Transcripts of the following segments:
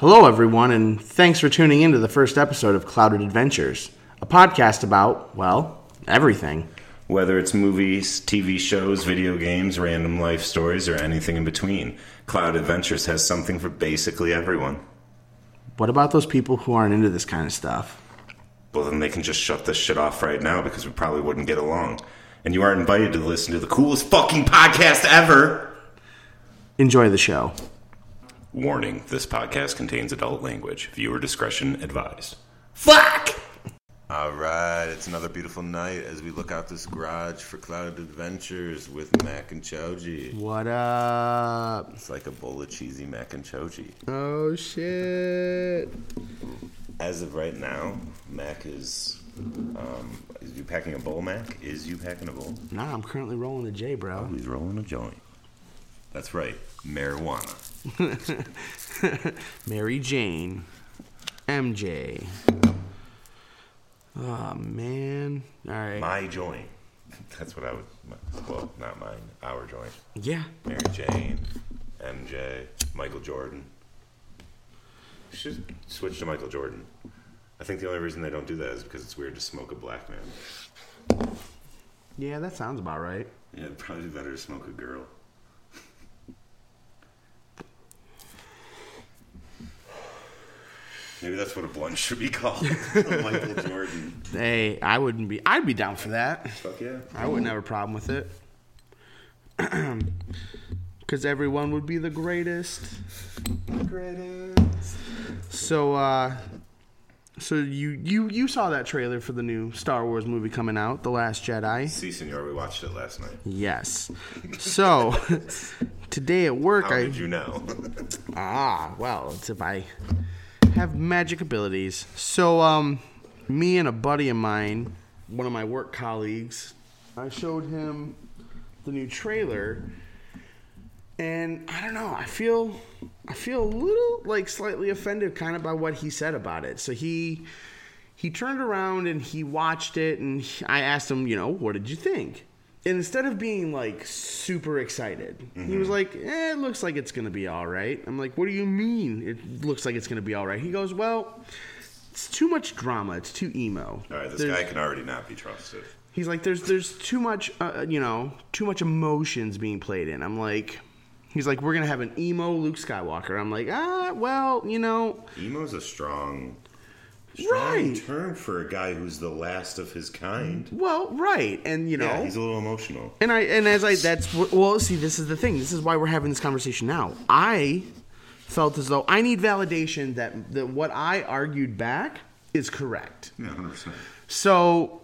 Hello, everyone, and thanks for tuning in to the first episode of Clouded Adventures, a podcast about, well, everything. Whether it's movies, TV shows, video games, random life stories, or anything in between, Cloud Adventures has something for basically everyone. What about those people who aren't into this kind of stuff? Well, then they can just shut this shit off right now because we probably wouldn't get along. And you are invited to listen to the coolest fucking podcast ever! Enjoy the show. Warning this podcast contains adult language. Viewer discretion advised. Fuck! All right, it's another beautiful night as we look out this garage for Cloud Adventures with Mac and Choji. What up? It's like a bowl of cheesy Mac and Choji. Oh, shit. As of right now, Mac is. Um, is you packing a bowl, Mac? Is you packing a bowl? Nah, I'm currently rolling a J, bro. He's rolling a joint. That's right, marijuana. Mary Jane. MJ. Oh, man. All right. My joint. That's what I would. Well, not mine. Our joint. yeah. Mary Jane, MJ, Michael Jordan. Should switch to Michael Jordan. I think the only reason they don't do that is because it's weird to smoke a black man. Yeah, that sounds about right. Yeah, it'd probably be better to smoke a girl. Maybe that's what a blunt should be called. A Michael Jordan. Hey, I wouldn't be. I'd be down for that. Fuck yeah. I wouldn't have a problem with it. Because everyone would be the greatest. Greatest. So, uh, so you you you saw that trailer for the new Star Wars movie coming out, The Last Jedi? See, senor, we watched it last night. Yes. So today at work, How I did you know? ah well, it's if I have magic abilities. So um, me and a buddy of mine, one of my work colleagues, I showed him the new trailer, and I don't know. I feel I feel a little like slightly offended, kind of by what he said about it. So he he turned around and he watched it, and he- I asked him, you know, what did you think? And instead of being like super excited, he Mm-hmm. was like, eh, "It looks like it's gonna be all right." I'm like, "What do you mean? It looks like it's gonna be all right?" He goes, "Well." It's too much drama. It's too emo. All right, this There's- guy can already not be trusted. He's like, there's there's too much, uh, you know, too much emotions being played in. I'm like, he's like, we're gonna have an emo Luke Skywalker. I'm like, ah, well, you know, Emo's a strong, strong Right. term for a guy who's the last of his kind. well, right, and you know, Yeah, he's a little emotional. and I and as I that's wh- well, see, this is the thing. This is why we're having this conversation now. I felt as though I need validation that that what I argued back is correct. Yeah, hundred percent. So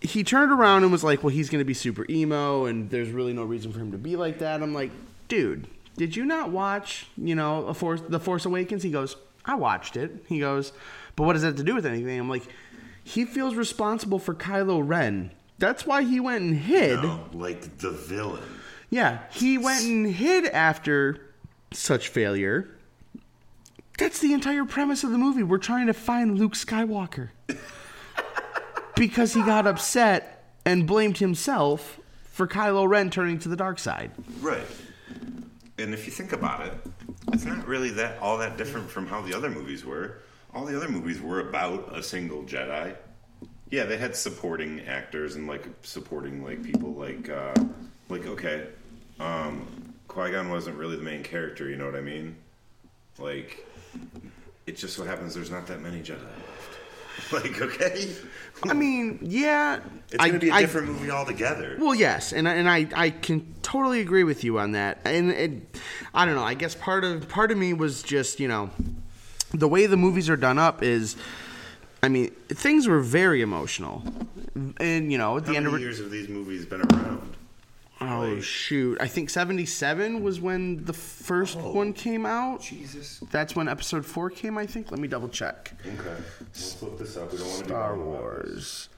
he turned around and was like, "Well, he's going to be super emo, and there's really no reason for him to be like that." I'm like, "Dude, did you not watch, you know, a Force, The Force Awakens?" He goes, "I watched it." He goes, "But what does that have to do with anything?" I'm like, "He feels responsible for Kylo Ren. That's why he went and hid. No, like the villain. Yeah, he went and hid after such failure." That's the entire premise of the movie. We're trying to find Luke Skywalker because he got upset and blamed himself for Kylo Ren turning to the dark side. Right. And if you think about it, it's not really that all that different from how the other movies were. All the other movies were about a single Jedi. Yeah, they had supporting actors and like supporting like people like uh like okay, um Qui-Gon wasn't really the main character, you know what I mean? Like it just so happens there's not that many Jedi left. Like okay, I mean, yeah, it's going I- to be a I- different movie altogether. Well, yes, and I- and I I can totally agree with you on that. And it, I don't know. I guess part of part of me was just you know, the way the movies are done up is, I mean, things were very emotional, and you know, at the How end many of it, years have these movies been around? oh shoot, I think seventy seven was when the first Oh. one came out. Jesus. That's when episode four came, I think. Let me double check. Okay. Let's flip this up. We don't want to Star be wrong about this. Wars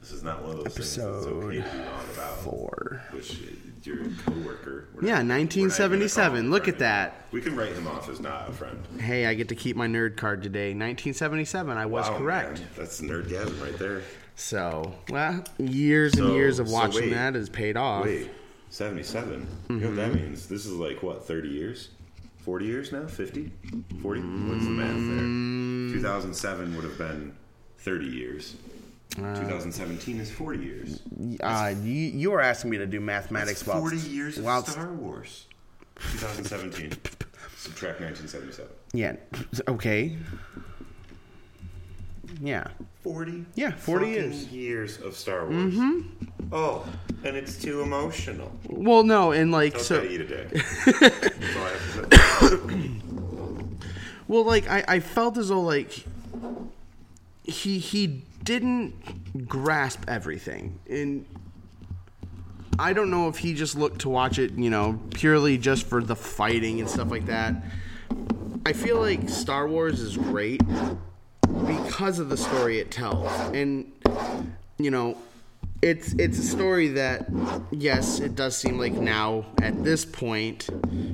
This is not one of those things that's Episode okay to be wrong about. four. Which uh, your coworker. we're not- Yeah, we're not even gonna 1977. call him a Look at friend. that. We can write him off as not a friend. Hey, I get to keep my nerd card today. 1977, I was Wow, correct. Oh, man, That's nerdgasm right there. So, well, years and So- years of so watching wait. that has paid off. Mm-hmm. Wait, seventy-seven. You know what that means? This is like what thirty years. 40 years now? 50? 40? What's the math Mm. there? 2007 would have been 30 years. 2017 is 40 years. Uh, you, you were asking me to do mathematics while 40 years of while- Star Wars. 2017. Subtract 1977. Yeah. Okay. Yeah. 40? Yeah, 40 fucking years. Mm-hmm. years of Star Wars. Oh, and it's too emotional. Well, no, and like Don't so. gotta eat a dick. That's all I have to say. Well, like I, I felt as though like he he didn't grasp everything, and I don't know if he just looked to watch it, you know, purely just for the fighting and stuff like that. I feel like Star Wars is great because of the story it tells, and you know. It's it's a story that yes, it does seem like now at this point,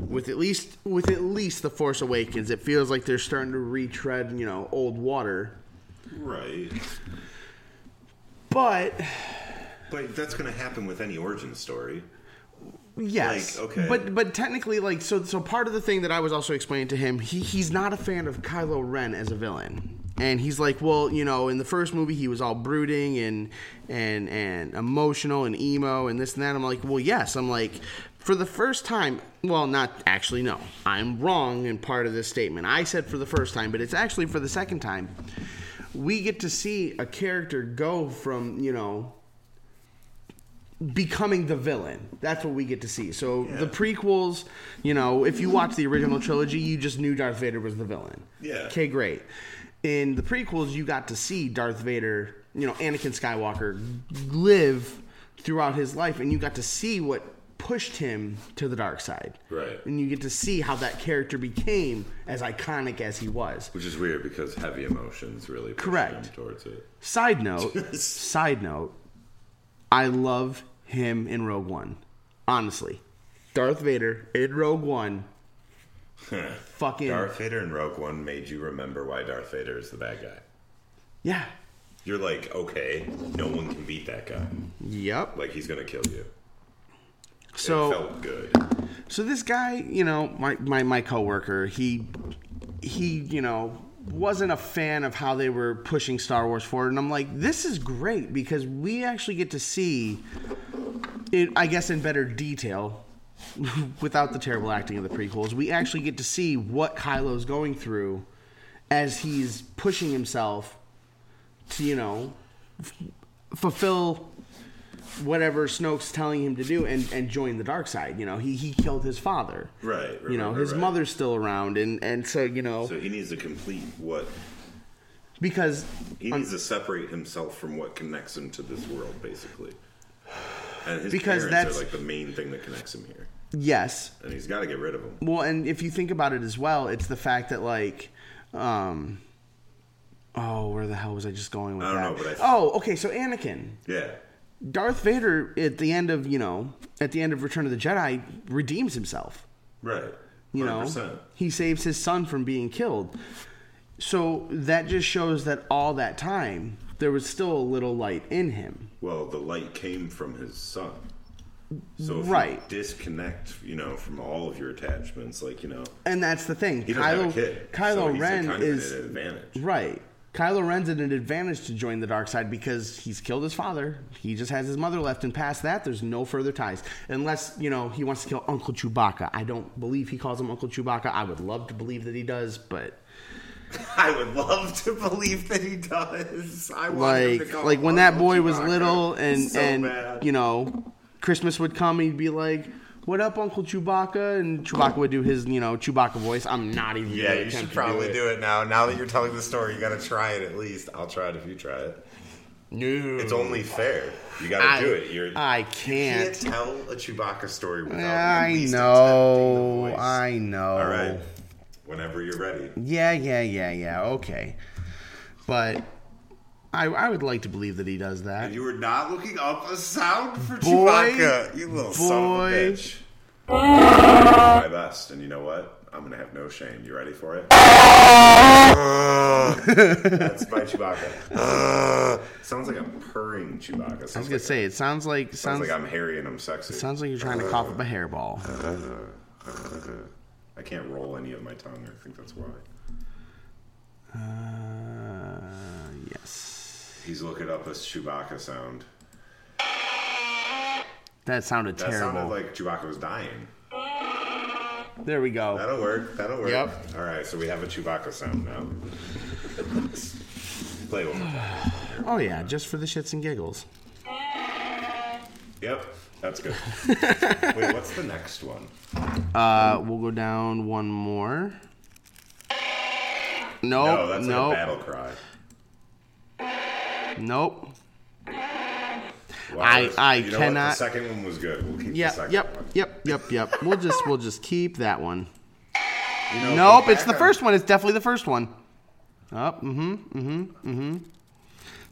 with at least with at least the Force Awakens, it feels like they're starting to retread you know old water. Right. But But that's going to happen with any origin story. yes, Like, okay. But but technically, like so so part of the thing that I was also explaining to him, he he's not a fan of Kylo Ren as a villain. And he's like, well, you know, in the first movie he was all brooding and and and emotional and emo and this and that. I'm like, well, yes. I'm like, for the first time, well, not actually, no, I'm wrong in part of this statement. I said for the first time, but it's actually for the second time. We get to see a character go from you know becoming the villain. That's what we get to see. So the prequels, you know, if you watch the original trilogy, you just knew Darth Vader was the villain. Yeah. Okay, great. In the prequels, you got to see Darth Vader, you know, Anakin Skywalker live throughout his life and you got to see what pushed him to the dark side. Right. And you get to see how that character became as iconic as he was. Which is weird because heavy emotions really push Correct. them towards it. Side note, side note, I love him in Rogue One. Honestly, Darth Vader in Rogue One, fucking Darth Vader and Rogue One made you remember why Darth Vader is the bad guy. yeah, You're like, okay, no one can beat that guy. yep. Like he's gonna kill you. So it felt good. so this guy, you know, my my my coworker, he he, you know, wasn't a fan of how they were pushing Star Wars forward, and I'm like, this is great because we actually get to see it, I guess, in better detail, without the terrible acting of the prequels. We actually get to see what Kylo's going through as he's pushing himself to, you know, f- fulfill whatever Snoke's telling him to do and, and join the dark side. You know, he he killed his father. Right, right, You know, right, his right. mother's still around, and and so you know So he needs to complete what because he needs to separate himself from what connects him to this world, basically. And his Because parents that's- are like the main thing that connects him here, yes, and he's got to get rid of them. well, and if you think about it as well, it's the fact that like, um, oh, where the hell was I just going with I that? don't know, but I- oh, okay, so Anakin, Yeah, Darth Vader at the end of you know at the end of Return of the Jedi redeems himself. right. You know, 100%. he saves his son from being killed. So that just shows that all that time there was still a little light in him. Well, the light came from his son. So if you Right. disconnect, you know, from all of your attachments, like you know, And that's the thing. he doesn't have a kid. Kylo so he's Ren kind of is at an advantage. Right. Kylo Ren's at an advantage to join the dark side because he's killed his father. He just has his mother left, and past that, there's no further ties. Unless, you know, he wants to kill Uncle Chewbacca. I don't believe he calls him Uncle Chewbacca. I would love to believe that he does, but I would love to believe that he does. I want him to like come like when home that with boy was Chewbacca little and so and bad. you know, Christmas would come and he'd be like what up, Uncle Chewbacca? And Chewbacca would do his, you know, Chewbacca voice. I'm not even. Yeah, gonna you should attempt to probably do it now. Now that you're telling the story, you gotta try it at least. I'll try it if you try it. No, It's only fair. You gotta Mm. I, do it. You're I you can't. can't tell a Chewbacca story without Yeah, at I least know. attempting the voice. I know. All right. Whenever you're ready. Yeah, yeah, yeah, yeah. Okay. But I I would like to believe that he does that. You were not looking up a sound for Boy, Chewbacca, you little son of a boy. bitch. My best, and you know what? I'm gonna have no shame. You ready for it? That's my Chewbacca. sounds like I'm purring Chewbacca. Sounds, I was gonna like, say it sounds like sounds sounds sounds Uh, like like, I'm hairy and I'm sexy. you're trying to cough up a hairball. I can't roll any of my tongue. I think that's why. Uh, yes. He's looking up a Chewbacca sound. That sounded That terrible. sounded like Chewbacca was dying. there we go. That'll work. That'll work. Yep. All right, so we have a Chewbacca sound now. Play one more time. Oh yeah, just for the shits and giggles. Yep, that's good. Wait, what's the next one? Uh, we'll go down one more. Nope. no, that's Oh, nope. like a battle cry. Nope. Wow, I- that's- I you know what? The cannot- second one was good. We'll keep the Yep. second Yep. one. Yep. Yep. Yep. We'll just we'll just keep that one. You know, Nope. go It's back the on- first one. It's definitely the first one. Oh, mm-hmm. Mm-hmm. Mm-hmm.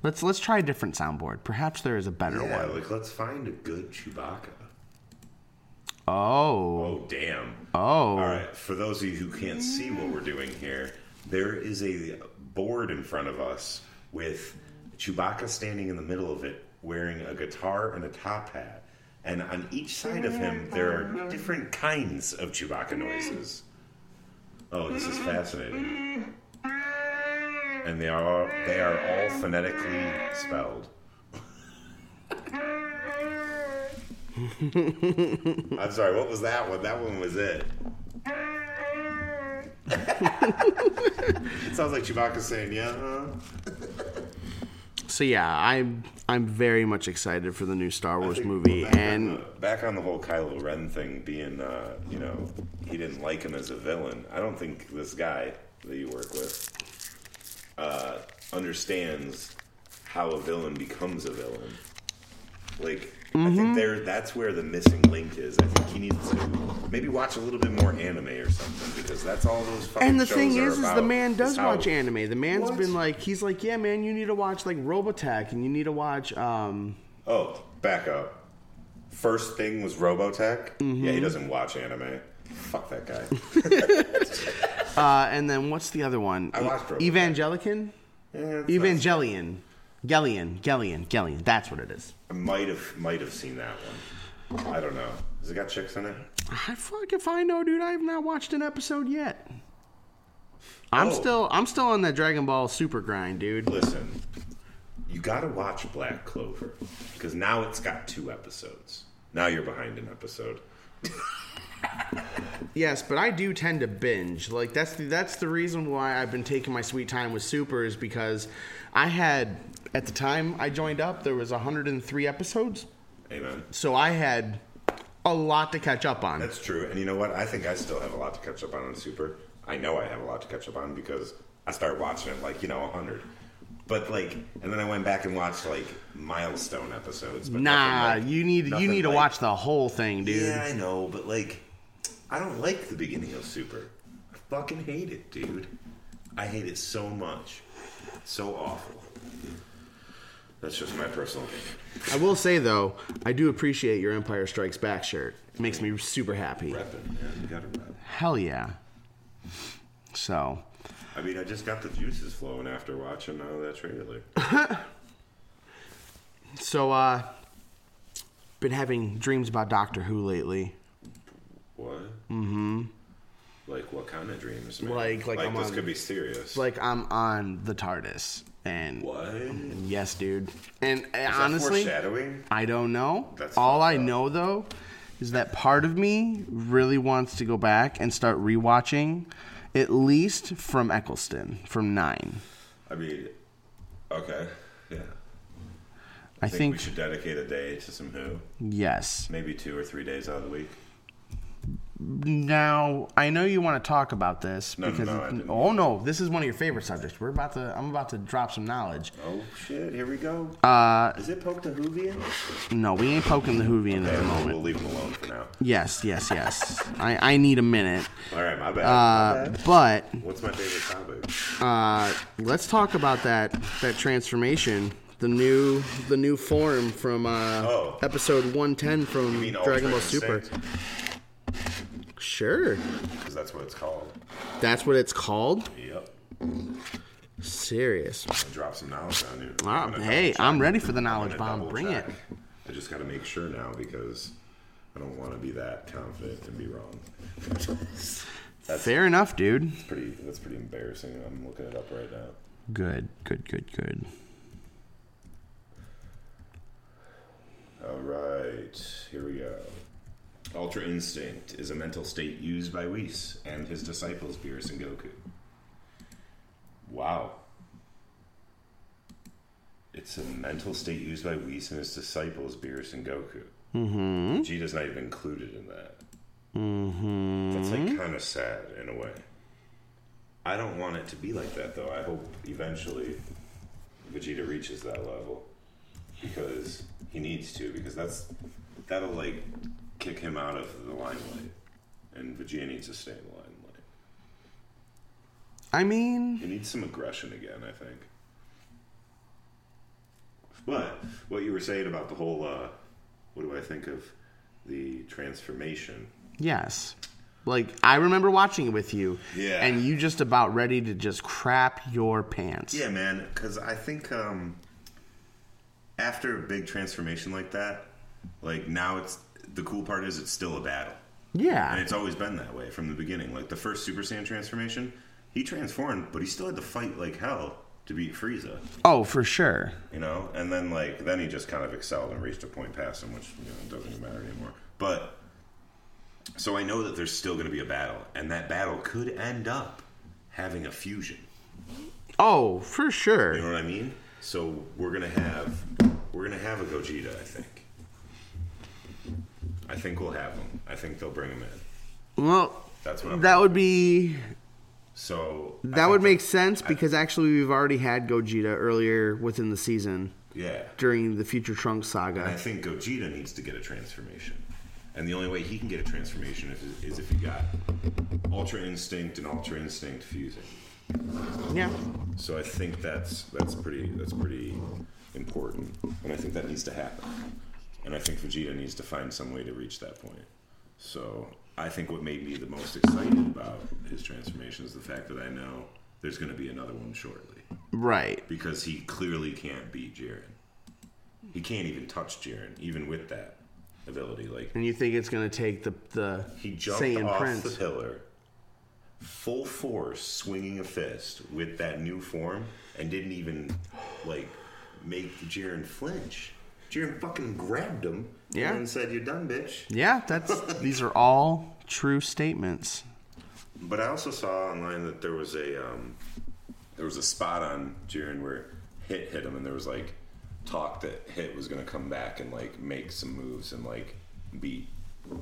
Let's let's try a different soundboard. Perhaps there is a better Yeah, one. like let's find a good Chewbacca. Oh. Oh damn. Oh. All right, for those of you who can't see what we're doing here, there is a board in front of us with Chewbacca standing in the middle of it wearing a guitar and a top hat. And on each side of him, there are different kinds of Chewbacca noises. Oh, this is fascinating. And they are they are all phonetically spelled. I'm sorry, what was that one? That one was it. Sounds like Chewbacca saying, yeah. uh-huh. huh?" So yeah, I'm I'm very much excited for the new Star Wars think movie, back on and the- back on the whole Kylo Ren thing being, uh, you know, he didn't like him as a villain. I don't think this guy that you work with uh, understands how a villain becomes a villain. Like, I Mm-hmm. think there that's where the missing link is. I think he needs to maybe watch a little bit more anime or something because that's all those. Fucking and the shows thing are is, is the about, man does how- watch anime. The man's What? been like, he's like, yeah, man, you need to watch like Robotech, and you need to watch. um Oh, back up. First thing was Robotech. Yeah, he doesn't watch anime. Fuck that guy. uh And then what's the other one? I watched Robotech. Evangelican, Eh, it's not- Evangelion, Gellion, Gellion, Gellion. That's what it is. I might have might have seen that one. I don't know. Has it got chicks in it? I fucking if I know, dude. I have not watched an episode yet. I'm Oh. still I'm still on that Dragon Ball Super grind, dude. Listen, you gotta watch Black Clover because now it's got two episodes. Now you're behind an episode. Yes, but I do tend to binge. Like that's the, that's the reason why I've been taking my sweet time with Super is because I had at the time I joined up there was 103 episodes, Amen. so I had a lot to catch up on. That's true. And you know what? I think I still have a lot to catch up on on Super. I know I have a lot to catch up on because I started watching it like you know 100. But like, and then I went back and watched like milestone episodes. But nah, nothing like- you need you nothing need to like- watch the whole thing, dude. Yeah, I know, but like, I don't like the beginning of Super. I fucking hate it, dude. I hate it so much. So awful. That's just my personal opinion. I will say though, I do appreciate your Empire Strikes Back shirt. It makes me super happy. Repping, man. You gotta rep. Hell yeah. So, I mean, I just got the juices flowing after watching uh, that trailer. so uh been having dreams about Doctor Who lately. what? Mm-hmm. Like, what kind of dreams, man? Like- like I'm this on- could be serious. Like I'm on the TARDIS and what? Is yes, dude. And uh, that honestly, foreshadowing? I don't know. That's All fucked I up. know though is that part of me really wants to go back and start rewatching at least from Eccleston from 9. I mean, okay, yeah. I, I think think, we should dedicate a day to some Who. yes. Maybe two or three days out of the week. Now, I know you want to talk about this No, no, because no, I didn't. oh no, this is one of your favorite subjects. We're about to I'm about to drop some knowledge. Oh shit! Here we go. Uh, is it poke the Hoovian? No, we ain't poking the Hoovian at the We'll, moment. we'll leave him alone for now. Yes, yes, yes. I, I need a minute. All right, my bad. Uh, but What's my favorite topic? uh, let's talk about that that transformation, the new the new form from uh, Oh. episode 110 from mean Dragon Ball Ultra Super. Instinct? Sure, Because that's what it's called. that's what it's called. Yep. Serious. I dropped some knowledge on you. Wow. I'm gonna Hey, double check. I'm ready for the I'm knowledge gonna bomb. double Bring it. check. I just got to make sure now because I don't want to be that confident and be wrong. That's Fair enough, dude. pretty. That's pretty embarrassing. I'm looking it up right now. Good, good, good, good. All right, here we go. Ultra Instinct is a mental state used by Whis and his disciples Beerus and Goku. Wow. It's a mental state used by Whis and his disciples Beerus and Goku. Mm-hmm. Vegeta's not even included in that. Mm-hmm. That's like kind of sad in a way. I don't want it to be like that though. I hope eventually Vegeta reaches that level because he needs to because that's that'll like kick him out of the limelight and Vegeta needs to stay in the limelight I mean, he needs some aggression again I think but what you were saying about the whole uh what do I think of the transformation yes. Like I remember watching it with you, Yeah. and you just about ready to just crap your pants. Yeah, man, because I think um, after a big transformation like that, like now it's the cool part is it's still a battle, and yeah, it's always been that way from the beginning. Like the first Super Saiyan transformation, he transformed, but he still had to fight like hell to beat Frieza, oh for sure. you know. And then like then he just kind of excelled and reached a point past him, which you know doesn't even matter anymore. But so I know that there's still going to be a battle, and that battle could end up having a fusion. Oh for sure. You know what I mean? So we're gonna have we're gonna have a Gogeta, I think. I think we'll have him. I think they'll bring him in. Well, That's what I'm. that would be so I that think would make sense because actually we've already had Gogeta earlier within the season Yeah, during the Future Trunks and I saga. think Gogeta needs to get a transformation, and the only way he can get a transformation is, is if he got Ultra Instinct and Ultra Instinct fusing. Yeah. So I think that's that's pretty that's pretty important, and I think that needs to happen. And I think Vegeta needs to find some way to reach that point. So I think what made me the most excited about his transformation is the fact that I know there's going to be another one shortly Right. because he clearly can't beat Jiren. He can't even touch Jiren, even with that ability. Like And you think it's gonna take the the he jumped Saiyan off prince? the pillar, full force, swinging a fist with that new form, and didn't even like make Jiren flinch. Jiren fucking grabbed him Yeah. and said, "You're done, bitch." Yeah, that's these are all true statements. But I also saw online that there was a um, there was a spot on Jiren where Hit hit him, and there was like talk that Hit was gonna come back and like make some moves and like beat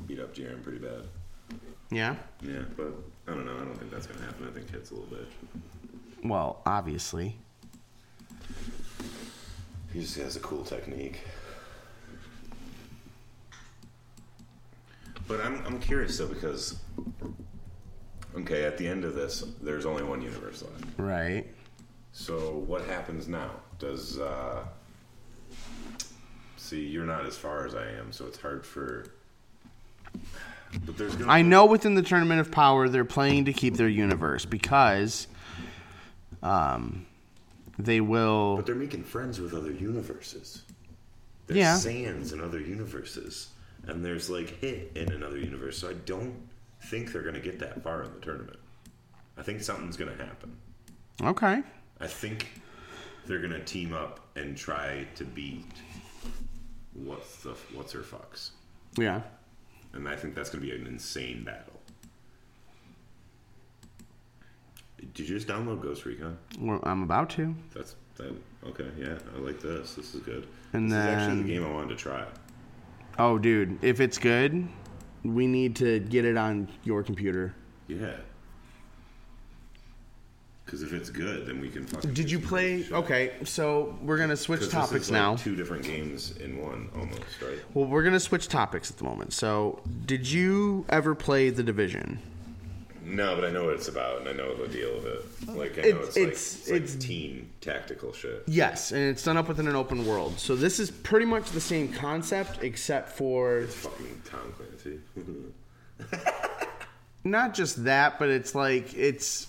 beat up Jiren pretty bad. Yeah. Yeah, but I don't know. I don't think that's gonna happen. I think Hit's a little bitch. Well, obviously. He just has a cool technique. But I'm, I'm curious though because okay, at the end of this, there's only one universe left. Right. So what happens now? Does uh, see you're not as far as I am, so it's hard for. But there's gonna I know within the tournament of power they're playing to keep their universe because um they will But they're making friends with other universes. There's Yeah. Sans in other universes. And there's like Hit in another universe. So I don't think they're going to get that far in the tournament. I think something's going to happen. Okay. I think they're going to team up and try to beat what's the what's her fucks. Yeah. And I think that's going to be an insane battle. Did you just download Ghost Recon? Well, I'm about to. That's that. Okay, yeah, I like this. This is good. And this is actually then- the game I wanted to try. Oh dude, if it's good, we need to get it on your computer. Yeah. Because if it's good, then we can fucking. Did you play Okay, so we're going to switch 'Cause this topics is like now. Two different games in one, almost right? Well, we're going to switch topics at the moment. So, did you ever play The Division? No, but I know what it's about, and I know the deal of it. Like I know Oh. It's- it's, like it's- it's, like it's- team tactical shit. Yes, and it's done up within an open world. So this is pretty much the same concept, except for It's fucking Tom Clancy. not just that, but it's like it's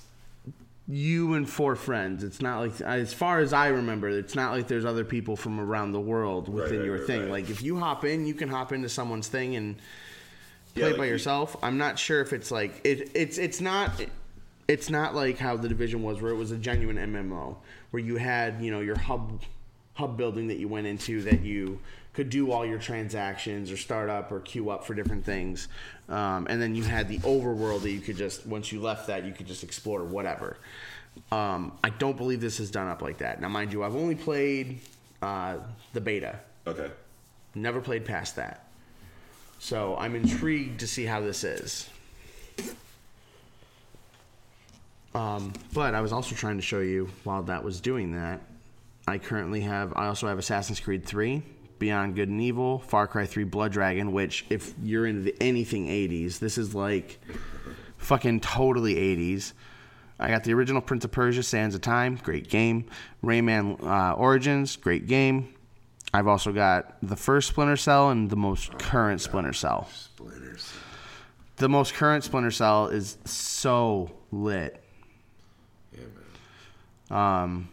you and four friends. It's not like, as far as I remember, it's not like there's other people from around the world within right, your right, thing. right. Like if you hop in, you can hop into someone's thing and Yeah, play it like by you- yourself. I'm not sure if it's like it. It's it's not. it's not like how the division was, where it was a genuine MMO, where you had you know your hub hub building that you went into that you could do all your transactions or start up or queue up for different things, um, and then you had the overworld that you could just once you left that you could just explore whatever. Um, I don't believe this is done up like that. Now, mind you, I've only played uh, the beta. Okay. Never played past that. So I'm intrigued to see how this is. Um, but I was also trying to show you while that was doing that. I currently have. I also have Assassin's Creed 3, Beyond Good and Evil, Far Cry 3, Blood Dragon. Which, if you're into the, anything 80s, this is like fucking totally 80s. I got the original Prince of Persia, Sands of Time, great game. Rayman uh, Origins, great game. I've also got the first Splinter Cell and the most current Splinter Cell. Splinters. The most current Splinter Cell is so lit. Yeah, man.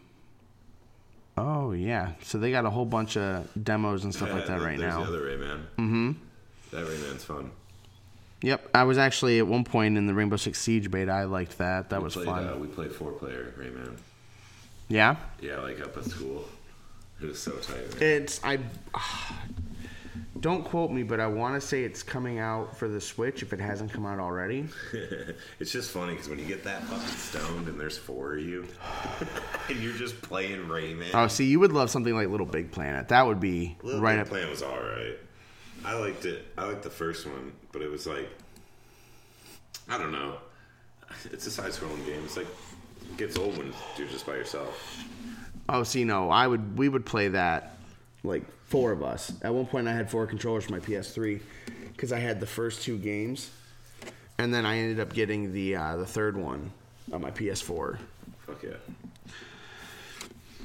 Oh yeah, so they got a whole bunch of demos and stuff like that right there's now. the other Rayman. Mm-hmm. That Rayman's fun. Yep, I was actually at one point in the Rainbow Six Siege beta. I liked that. That was played, fun. Uh, we played four player Rayman. Yeah, Yeah, like up at school. It was so tight. man. it's I. Don't quote me, but I want to say it's coming out for the Switch if it hasn't come out already. It's just funny because when you get that fucking stoned and there's four of you, and you're just playing Rayman. Oh, see, you would love something like Little Big Planet. That would be Little right Big up. Planet was all right. I liked it. I liked the first one, but it was like, I don't know. It's a side-scrolling game. It's like it gets old when you're just by yourself. Oh, see, no, I would. We would play that, like four of us. At one point, I had four controllers for my PS3 because I had the first two games, and then I ended up getting the uh, the third one on my PS4. Fuck yeah.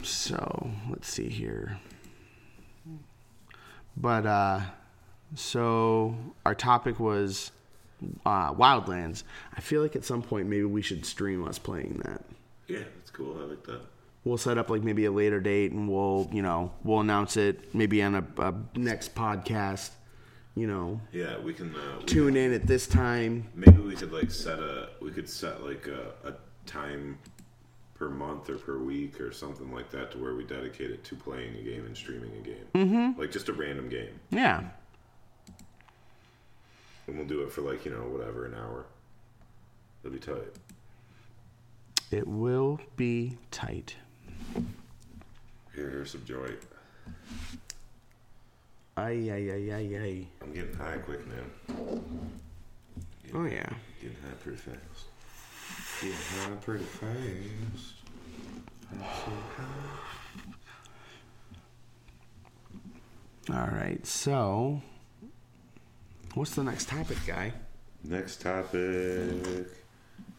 So let's see here. But uh, so our topic was uh, Wildlands. I feel like at some point maybe we should stream us playing that. Yeah, that's cool. I like that. we'll set up like maybe a later date and we'll you know we'll announce it maybe on a, a next podcast you know Yeah, we can uh, we tune in at this time Maybe we could like set a we could set like a, a time per month or per week or something like that to where we dedicate it to playing a game and streaming a game. Mm-hmm. Like just a random game. yeah And we'll do it for like, you know, whatever, an hour. It'll be tight. it will be tight Here, here's some joint. ay ay ay ay ay I'm getting high quick, man. oh yeah Getting high pretty fast. Getting high pretty fast. all right so what's the next topic guy Next topic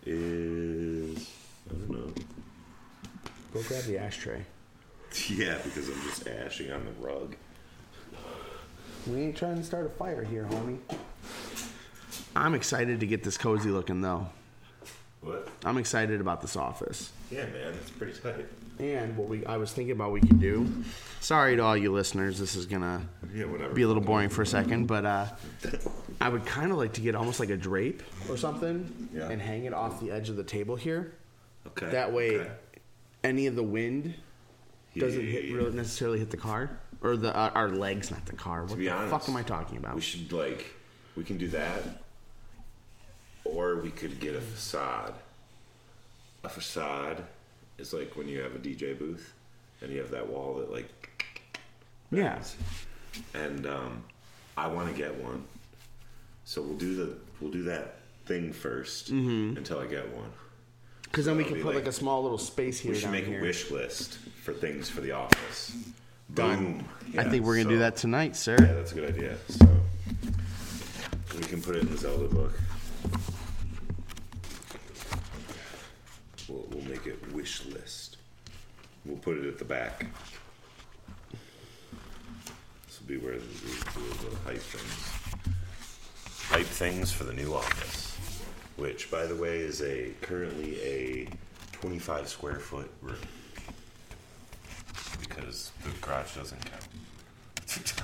is I don't know. go grab the ashtray Yeah, because I'm just ashing on the rug. we ain't trying to start a fire here homie i'm excited to get this cozy looking though What? i'm excited about this office Yeah, man, it's pretty tight. And what we I was thinking about we could do. Sorry to all you listeners, this is gonna Yeah, whatever. be a little boring for a second, but uh, I would kind of like to get almost like a drape or something Yeah. and hang it off the edge of the table here. okay. That way, okay. any of the wind doesn't Yeah, yeah, hit yeah. really necessarily hit the car or the uh, our legs, not the car. What be the fuck honest, am I talking about? We should like we can do that, or we could get a facade. A facade is like when you have a DJ booth, and you have that wall that like yeah, and um, I want to get one. So we'll do the we'll do that thing 1st Mm-hmm. until I get one. because then we That'll can be put like, like- a small little space here. We should down make here. a wish list for things for the office. Done. Boom. I Yeah, think we're gonna do so- that tonight, sir. Yeah, that's a good idea. So we can put it in the Zelda book. We'll, we'll make it wish list. We'll put it at the back. This will be where the, the, the hype things. Hype things for the new office, which, by the way, is a currently a 25 square foot room because the garage doesn't count.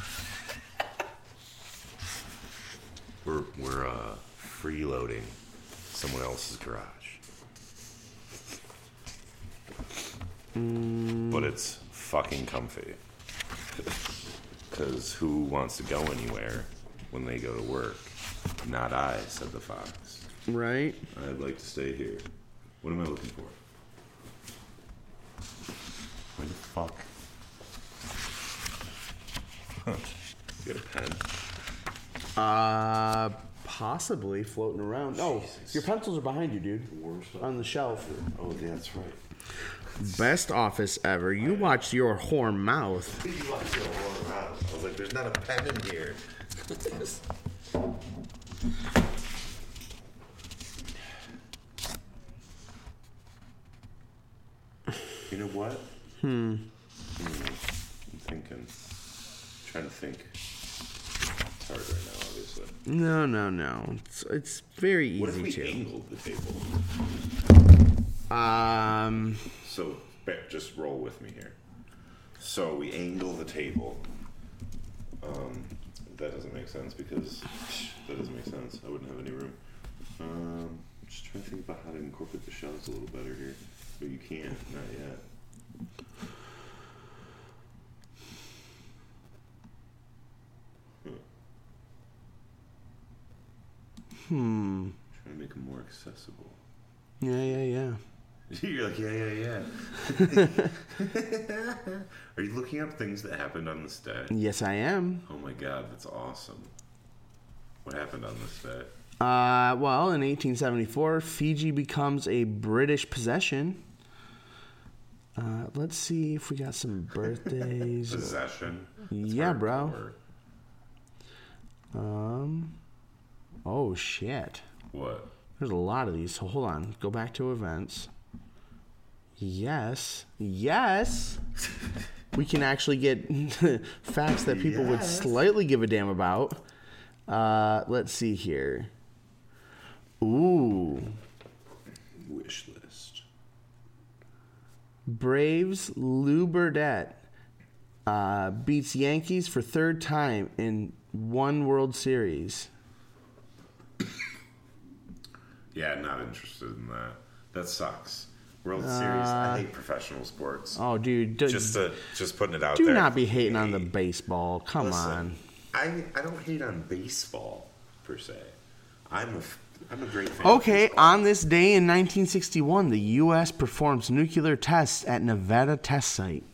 We're we're uh, freeloading someone else's garage. But it's fucking comfy. Cause who wants to go anywhere when they go to work? Not I, said the fox. Right? I'd like to stay here. What am I looking for? Where the fuck? Huh. You got a pen? Uh, possibly floating around. Oh, your pencils are behind you, dude. On the shelf. Oh, yeah, that's right. Best office ever. You watched your whore mouth. You watch it all around. I was like, there's not a pen in here. you know what? Hmm. I'm thinking. trying to think. It's hard right now, obviously. No, no, no. It's, it's very What if easy we to. angled the table? Um, So ba- just roll with me here. So we angle the table. Um, that doesn't make sense because that doesn't make sense. I wouldn't have any room. Um, just trying to think about how to incorporate the shelves a little better here, but you can't. Not yet. Hmm. Trying to make them more accessible. yeah, yeah, yeah. You're like, yeah, yeah, yeah. Are you looking up things that happened on this day? Yes, I am. Oh my god, that's awesome. What happened on this day? Uh, well, in 1874, Fiji becomes a British possession. Uh, let's see if we got some birthdays. Possession. Yeah, hard to bro. work. Um. Oh shit. What? There's a lot of these. So hold on. Go back to events. Yes. Yes. we can actually get facts that people would Yes. slightly give a damn about. Uh, let's see here. Ooh. Wish list. Braves Lou Burdett uh, beats Yankees for third time in one World Series. Yeah, not interested in that. That sucks. World Series. I hate professional sports. Uh, Oh, dude. Do, Just uh, just putting it out do there. not be hating on the baseball. Come Listen, on. I I don't hate on baseball per se. I'm a f- I'm a great fan. of Okay, baseball. on this day in 1961, the U.S. performs nuclear tests at Nevada test site.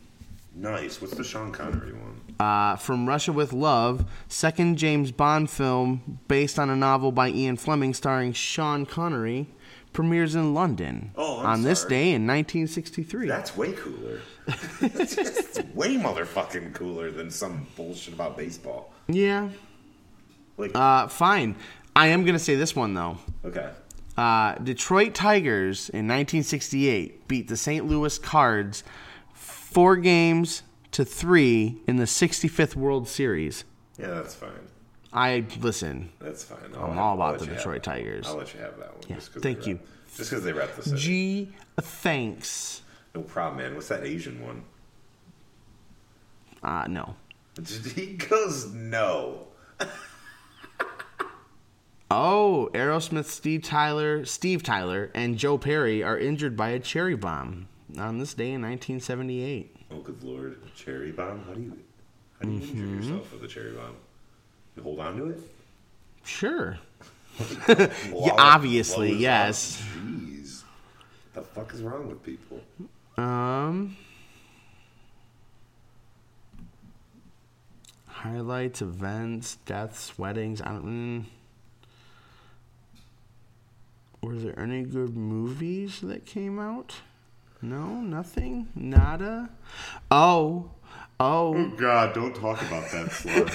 Nice. What's the Sean Connery one? Uh, from Russia with Love, second James Bond film based on a novel by Ian Fleming starring Sean Connery, premieres in London Oh, I'm on this sorry. day in 1963. That's way cooler. it's way motherfucking cooler than some bullshit about baseball. yeah, Like, uh, fine. I am going to say this one, though. okay. Uh, Detroit Tigers in 1968 beat the St. Louis Cards four games to three in the 65th World Series. Yeah, that's fine. I listen. That's fine. i all about the Detroit Tigers. I'll let you have that one. Yeah, just 'cause thank they you. Wrap, just because they wrapped this up. Gee, thanks. no problem, man. What's that Asian one? Uh, no. He goes, no. Oh, Aerosmith, Steve Tyler, Steve Tyler, and Joe Perry are injured by a cherry bomb on this day in 1978. Oh, good lord. A cherry bomb? How do you, how do you injure Mm-hmm. yourself with a cherry bomb? You hold on to it? Sure. Blow it- obviously, blow it up? yes. Jeez. The fuck is wrong with people? Um. Highlights, events, deaths, weddings. I don't. Mm. Were there any good movies that came out? No, nothing, nada. Oh, oh! God, don't talk about that slut.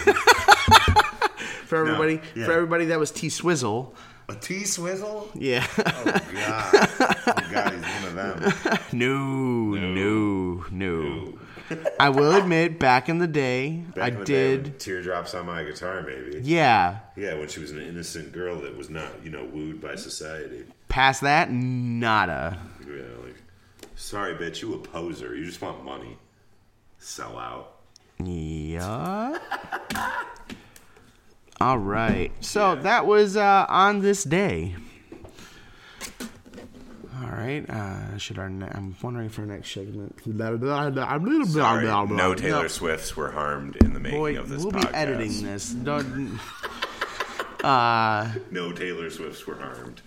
For everybody, yeah. for everybody that was T Swizzle. A T Swizzle? Yeah. Oh god. oh god, he's one of them. no, no, no, I will admit, back in the day, Back in I the day when did. Teardrops on my guitar, maybe. Yeah. Yeah, when she was an innocent girl that was not, you know, wooed by society. Past that, nada. Yeah, like, sorry, bitch, you a poser. You just want money. Sell out. Yeah. All right. So that was uh, on this day. All right. Uh, should our ne- I'm wondering if our next segment. Sorry, no Taylor Nope. Swifts were harmed in the making Boy, of this we'll podcast. be editing this. Don't- No Taylor Swifts were harmed.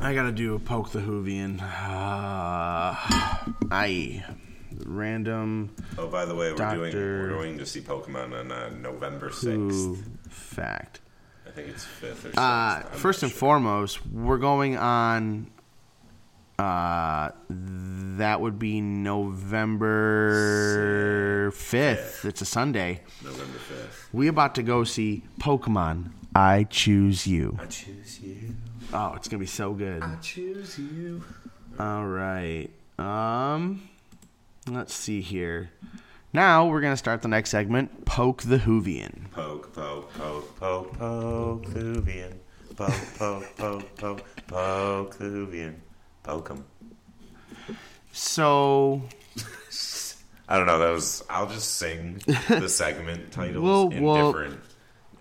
I gotta do a poke the Hoovian. Uh, I random Oh, by the way, we're doing Doctor- we're going to see Pokemon on uh, November sixth. poo fact. I think it's fifth or sixth. Uh, I'm first not and foremost, we're going on. Uh, that would be November fifth. It's a Sunday. sure. November fifth. We about to go see Pokemon. I choose you. I choose you. Oh, it's gonna be so good. I choose you. All right. Um, let's see here. Now we're gonna start the next segment. Poke the Hoovian. Poke, poke, poke, poke, poke, Thuvian. Poke, poke, poke, poke, poke, Thuvian. Poke 'em. So I don't know. That was. I'll just sing the segment titles Well, in well, different.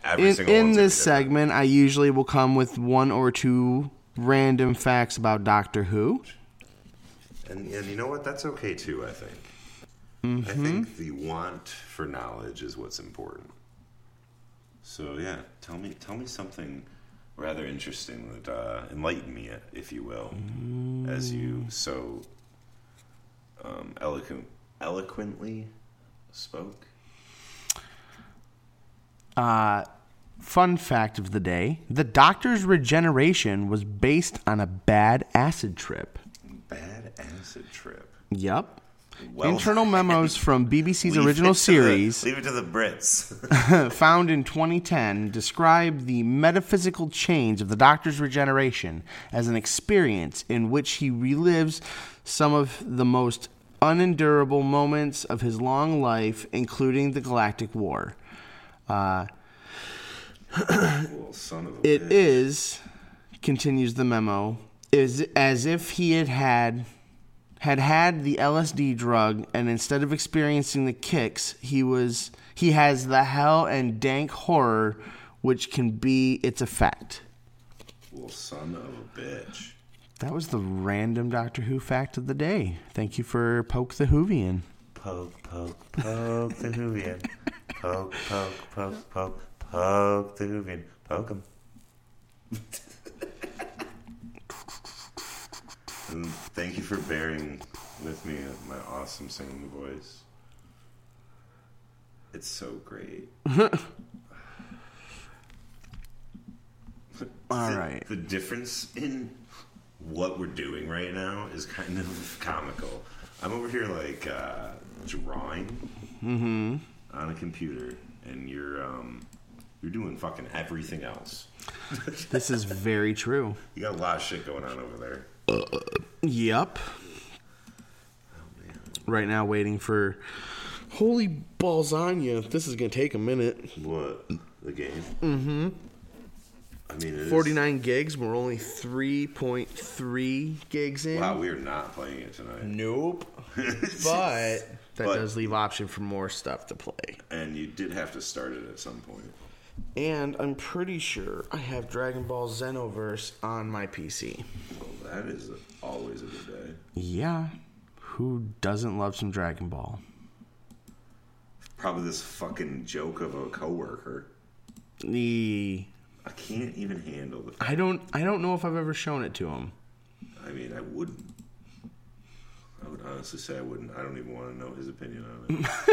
Every in, single in one's this gonna segment, I usually will come with one or two random facts about Doctor Who. be different. And, and you know what? That's okay too. I think. I Mm-hmm. think the want for knowledge is what's important. So yeah, tell me, tell me something rather interesting that uh, enlighten me, if you will, as you so um, eloquent, eloquently spoke. Fun fact of the day: the Doctor's regeneration was based on a bad acid trip. Bad acid trip. Yep. Well- Internal memos from BBC's Leave original it to the- series leave it to the Brits. found in 2010 describe the metaphysical change of the Doctor's regeneration as an experience in which he relives some of the most unendurable moments of his long life, including the Galactic War. Little son of a It bitch. is, continues the memo, is as if he had had had had the LSD drug, and instead of experiencing the kicks, he was he has the hell and dank horror, which can be its effect. Little son of a bitch. That was the random Doctor Who fact of the day. Thank you for poke the Hoovian. Poke, poke, poke the Hoovian. Poke, poke, poke, poke, poke the Hoovian. Poke him. and thank you for bearing with me at my awesome singing voice. It's so great. All the- right. The difference in what we're doing right now is kind of comical. I'm over here like uh, drawing on a computer, and you're um, you're doing fucking everything else. This is very true. You got a lot of shit going on over there. Yep. Right now, waiting for. Holy balls on you! This is gonna take a minute. What the game? Mm-hmm. I mean, it is- 49 gigs. We're only 3.3 gigs in. Wow, we are not playing it tonight. Nope. But that But- does leave option for more stuff to play. And you did have to start it at some point. And I'm pretty sure I have Dragon Ball Xenoverse on my PC. Well, that is always a good day. Yeah. Who doesn't love some Dragon Ball? Probably this fucking joke of a coworker. The I can't even handle the. I don't I don't know if I've ever shown it to him. I mean, I wouldn't. I would honestly say I wouldn't. I don't even want to know his opinion on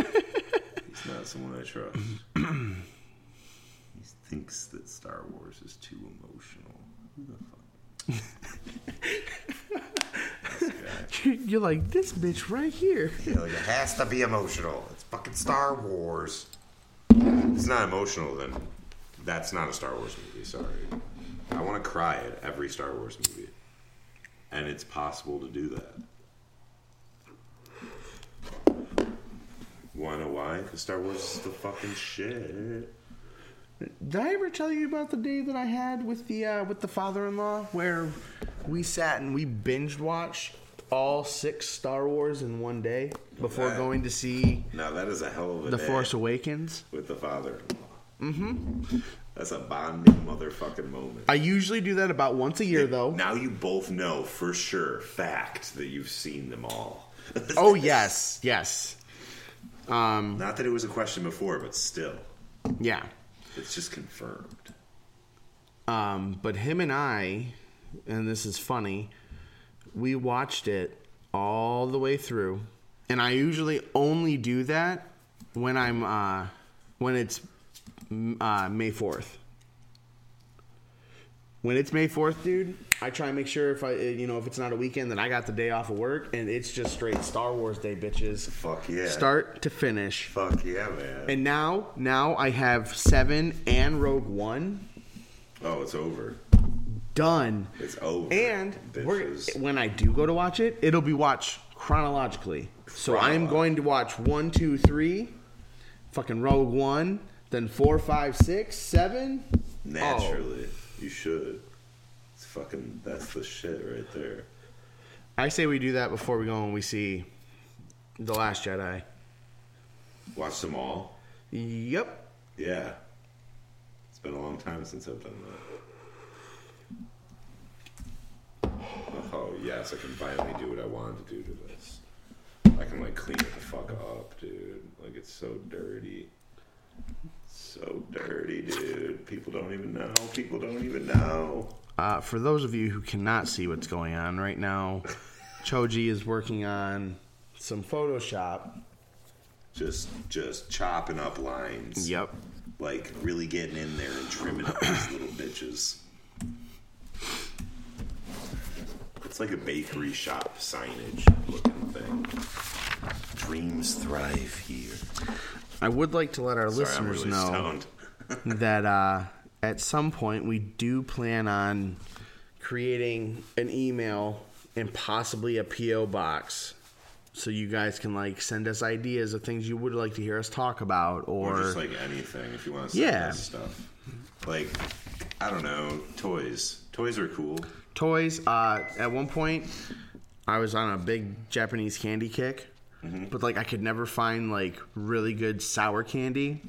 it. He's not someone I trust. he thinks that Star Wars is too emotional. Who the fuck? This guy. You're like this bitch right here. Yeah, like, it has to be emotional. It's fucking Star Wars. It's not emotional, then. That's not a Star Wars movie. Sorry. I want to cry at every Star Wars movie, and it's possible to do that. Wanna know why? Because Star Wars is the fucking shit. Did I ever tell you about the day that I had with the uh, with the father-in-law where we sat and we binge watched all six Star Wars in one day before Wow. going to see Now that is a hell of a The day Force Awakens. with the father. Mm-hmm. That's a bonding motherfucking moment. I usually do that about once a year, though. Now you both know for sure, fact, that you've seen them all. Oh yes, yes, Not that it was a question before, but still, yeah. it's just confirmed. Um, but him and I, and this is funny, we watched it all the way through, and I usually only do that when I'm uh, when it's mm, uh, May fourth. When it's May fourth, dude, I try and make sure if I you know if it's not a weekend that I got the day off of work, and it's just straight Star Wars Day, bitches, Fuck yeah. start to finish. Fuck yeah, man. And now, now I have seven and Rogue One oh, it's over. done. It's over. And we're, bitches. when I do go to watch it, it'll be watched chronologically. So I am Chronolog- going to watch one, two, three, fucking Rogue One, then four, five, six, seven. naturally, you should. It's fucking. That's the shit right there. I say we do that before we go and we see The Last Jedi. Watch them all. Yep. Yeah. It's been a long time since I've done that. Oh, yes, I can finally do what I wanted to do to this. I can, like, clean it the fuck up, dude. Like, it's so dirty. So dirty, dude. People don't even know. People don't even know. Uh, for those of you who cannot see what's going on right now, Choji is working on some Photoshop. Just, just chopping up lines. Yep. Like, really getting in there and trimming up these little bitches. It's like a bakery shop signage looking thing. Dreams thrive here. I would like to let our Sorry, I'm listeners really know. stoned. that uh, at some point we do plan on creating an email and possibly a PO box, so you guys can like send us ideas of things you would like to hear us talk about, Or or, just like anything if you want to send Yeah. us stuff. Like, I don't know, toys. Toys are cool. toys. Uh, at one point, I was on a big Japanese candy kick. Mm-hmm. But like I could never find like really good sour candy.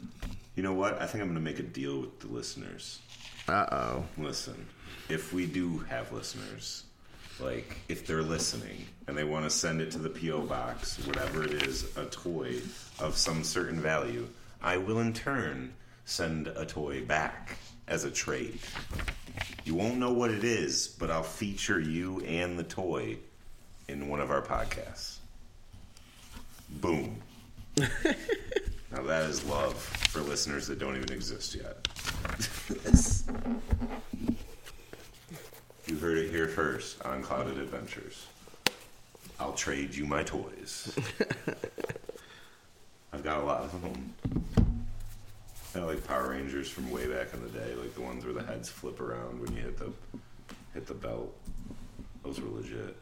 You know what? I think I'm going to make a deal with the listeners. Uh oh. Listen, if we do have listeners, like if they're listening and they want to send it to the P.O. box, whatever it is, a toy of some certain value, I will in turn send a toy back as a trade. You won't know what it is, but I'll feature you and the toy in one of our podcasts. Boom. now that is love for listeners that don't even exist yet. You heard it here first on Clouded Adventures. I'll trade you my toys. I've got a lot of them. I like Power Rangers from way back in the day, like the ones where the heads flip around when you hit the hit the belt. Those were legit.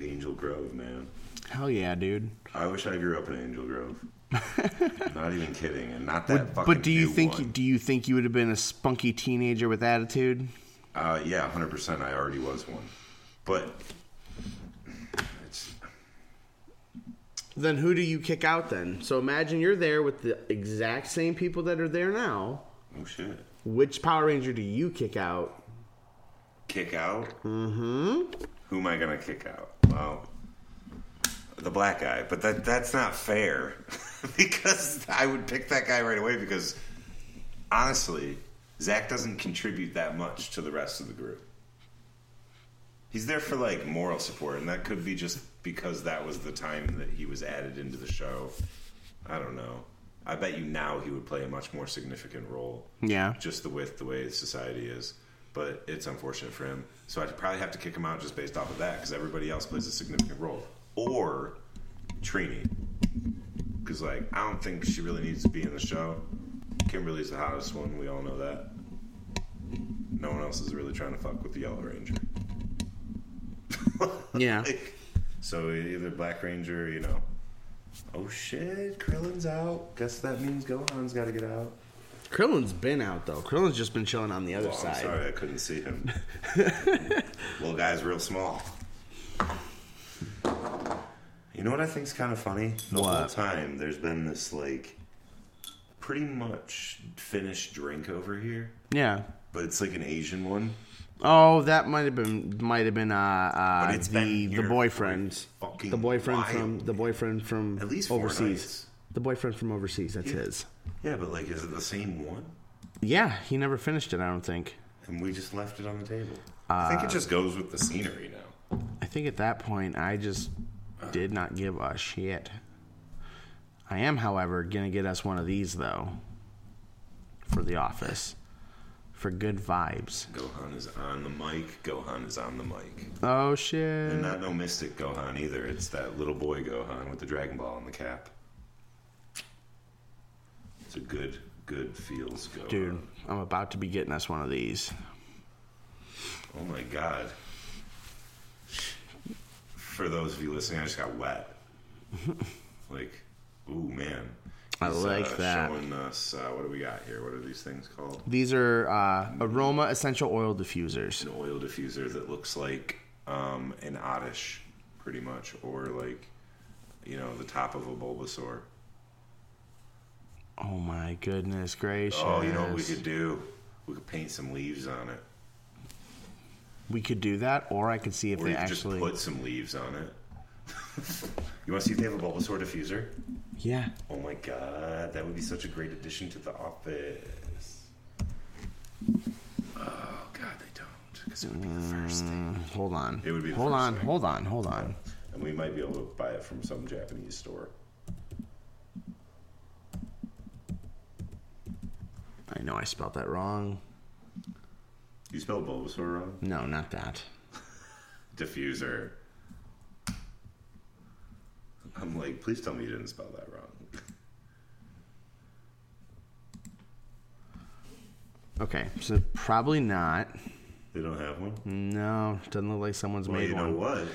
Angel Grove, man. Hell yeah, dude. I wish I grew up in Angel Grove. not even kidding, and not that fucking. But do you new think one. you, do you think you would have been a spunky teenager with attitude? Uh, yeah, hundred percent. I already was one, but it's then who do you kick out then? So imagine you're there with the exact same people that are there now. oh shit. Which Power Ranger do you kick out? Kick out. Mm-hmm. Who am I gonna kick out? Well, the black guy, but that that's not fair because I would pick that guy right away because honestly, Zach doesn't contribute that much to the rest of the group. He's there for like moral support, and that could be just because that was the time that he was added into the show. I don't know. I bet you now he would play a much more significant role. Yeah. Just the with the way society is, but it's unfortunate for him. So I'd probably have to kick him out just based off of that because everybody else plays a significant role. Or Trini, because like I don't think she really needs to be in the show. Kimberly's the hottest one. We all know that. No one else is really trying to fuck with the Yellow Ranger. Yeah. Like, so either Black Ranger, you know. Oh shit, Krillin's out. Guess that means Gohan's got to get out. Krillin's been out though. Krillin's just been chilling on the other Oh, I'm side. sorry, I couldn't see him. Little guy's real small. You know what I think's kind of funny? The whole What? time there's been this like pretty much finished drink over here, Yeah. but it's like an Asian one. Oh, that might have been might have been uh, uh But it's the the been here boyfriend, for a fucking the boyfriend while, from the boyfriend from At least four overseas. nights. The boyfriend from overseas. That's his. Yeah, but like, is it the same one? Yeah, he never finished it. I don't think. And we just left it on the table. I Uh, think it just goes with the scenery now. I think at that point I just did not give a shit. I am, however, gonna get us one of these though. For the office. For good vibes. Gohan is on the mic. Gohan is on the mic. Oh shit. And not no Mystic Gohan either. It's that little boy Gohan with the Dragon Ball on the cap. It's a good, good feels Gohan. Dude, I'm about to be getting us one of these. Oh my god. For those of you listening, I just got wet. like, ooh man. I He's, like uh, that. Showing us uh, what do we got here? What are these things called? These are uh, aroma essential oil diffusers. An oil diffuser that looks like um, an oddish, pretty much, or like, you know, the top of a Bulbasaur. Oh my goodness gracious. Oh, you know what we could do? We could paint some leaves on it. We could do that, or I could see if Or they you could actually. just put some leaves on it. you want to see if they have a Bulbasaur diffuser? Yeah. Oh my god, that would be such a great addition to the office. Oh god, they don't. Because it would be the first thing. Mm, Hold on. It would be the hold first on. thing. Hold on. Hold on. And we might be able to buy it from some Japanese store. I know I spelled that wrong. You spelled Bulbasaur wrong? No, not that. Diffuser. I'm like, please tell me you didn't spell that wrong. Okay, so probably not. They don't have one? No, doesn't look like someone's Well, made you know one. what?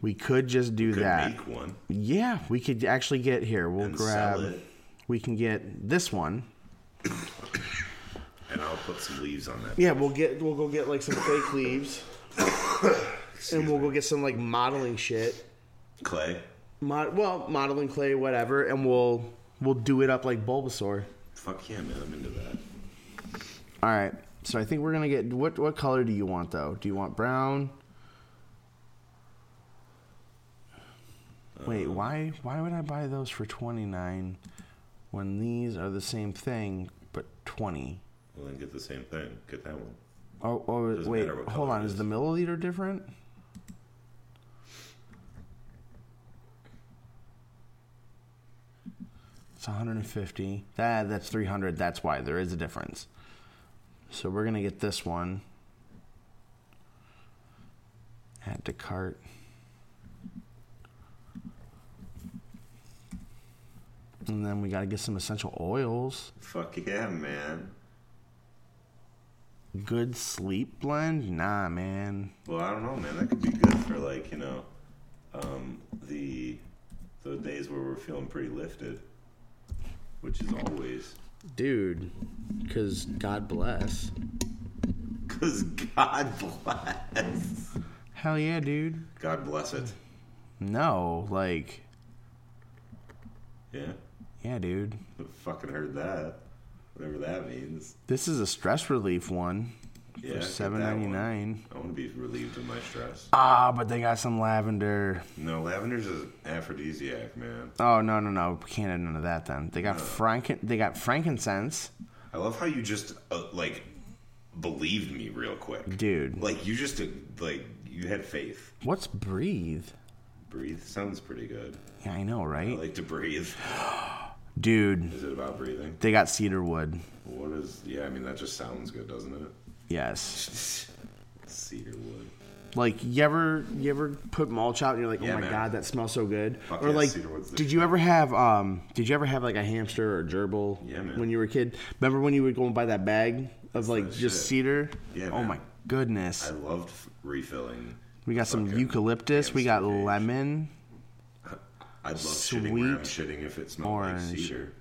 We could just do Could that. make one. Yeah, we could actually get here. We'll And grab. sell it. We can get this one. And I'll put some leaves on that. Yeah, we'll get. We'll go get like some fake leaves, and we'll go get some like modeling shit. Clay, Mod, well, modeling clay, whatever, and we'll we'll do it up like Bulbasaur. fuck yeah, man, I'm into that. All right. So I think we're gonna get what what color do you want though? Do you want brown? Wait, why why would I buy those for twenty nine when these are the same thing but twenty? Well, then get the same thing. Get that one. Oh, oh Doesn't wait, matter what hold color on. it Is is. the milliliter different? It's 150. That that's 300. That's why there is a difference. So we're gonna get this one. Add to cart. And then we gotta get some essential oils. Fuck yeah, man. Good sleep blend? Nah, man. Well, I don't know, man. That could be good for like you know, um, the the days where we're feeling pretty lifted, which is always. Dude, because God bless. Cause God bless. Hell yeah, dude. God bless it. No, like, Yeah, yeah, dude. I fucking heard that. Whatever that means. This is a stress relief one for Yeah, get that one. seven ninety nine. I want to be relieved of my stress. Ah, but they got some lavender. No, lavender's an aphrodisiac, man. Oh no no no! Can't have none of that then. They got franken. They got frankincense, I love how you just uh, like believed me real quick. dude. Like you just uh, like you had faith. What's breathe? Breathe sounds pretty good. Yeah, I know, I right, like to breathe. dude? Is it about breathing? They got cedarwood. What is? Yeah, I mean that just sounds good, doesn't it? Yes. Cedarwood. Like you ever you ever put mulch out and you're like, oh Yeah, my man. god, that smells so good. Fuck or yeah, like, cedarwood's the did you ever have um did you ever have like a hamster or a gerbil Yeah, man. when you were a kid? Remember when you would go and buy that bag of like that just shit. cedar? Yeah, Oh man. my goodness. I loved f- refilling. we got some fucking eucalyptus. We got hamster cage. lemon. I'd love shitting where I'm Sweet shitting if it smelled orange. like cedar.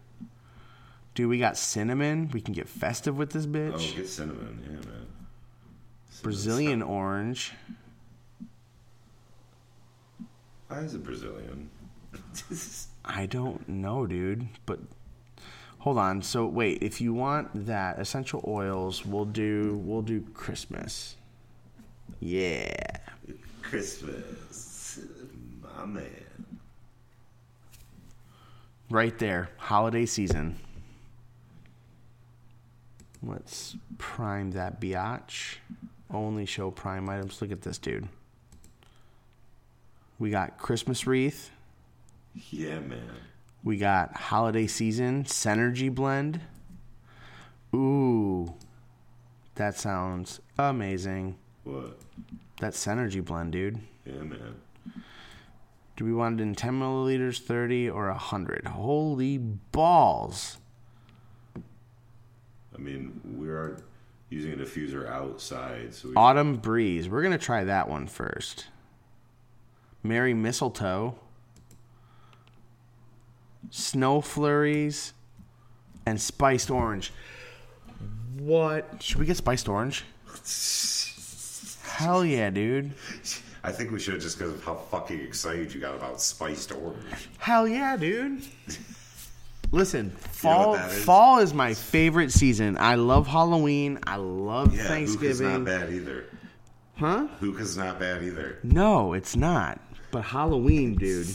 Dude, we got cinnamon. We can get festive with this Oh, bitch. get cinnamon. Yeah, man. Cinnamon Brazilian orange. sounds- is a Brazilian? I don't know, dude. But hold on. So wait, if you want that essential oils, we'll do we'll do Christmas. Yeah. Christmas, my man. Right there. Holiday season. Let's prime that biatch. Only show prime items. Look at this dude. We got Christmas wreath. Yeah, man. We got holiday season Synergy blend. Ooh, that sounds amazing. What? That Synergy blend, dude. Yeah, man. Do we want it in 10 milliliters, 30, or 100? Holy balls. I mean, we are using a diffuser outside, so we Autumn breeze. We're going to try that one first. Merry mistletoe. Snow flurries. And spiced orange. What? Should we get spiced orange? Hell yeah, dude. I think we should just because of how fucking excited you got about spiced orange. Hell yeah, dude. Listen, know what fall that is? fall is my favorite season. I love Halloween. I love Yeah, hookah's not Thanksgiving. bad either. Huh? Hookah's not bad either. No, it's not. But Halloween, dude.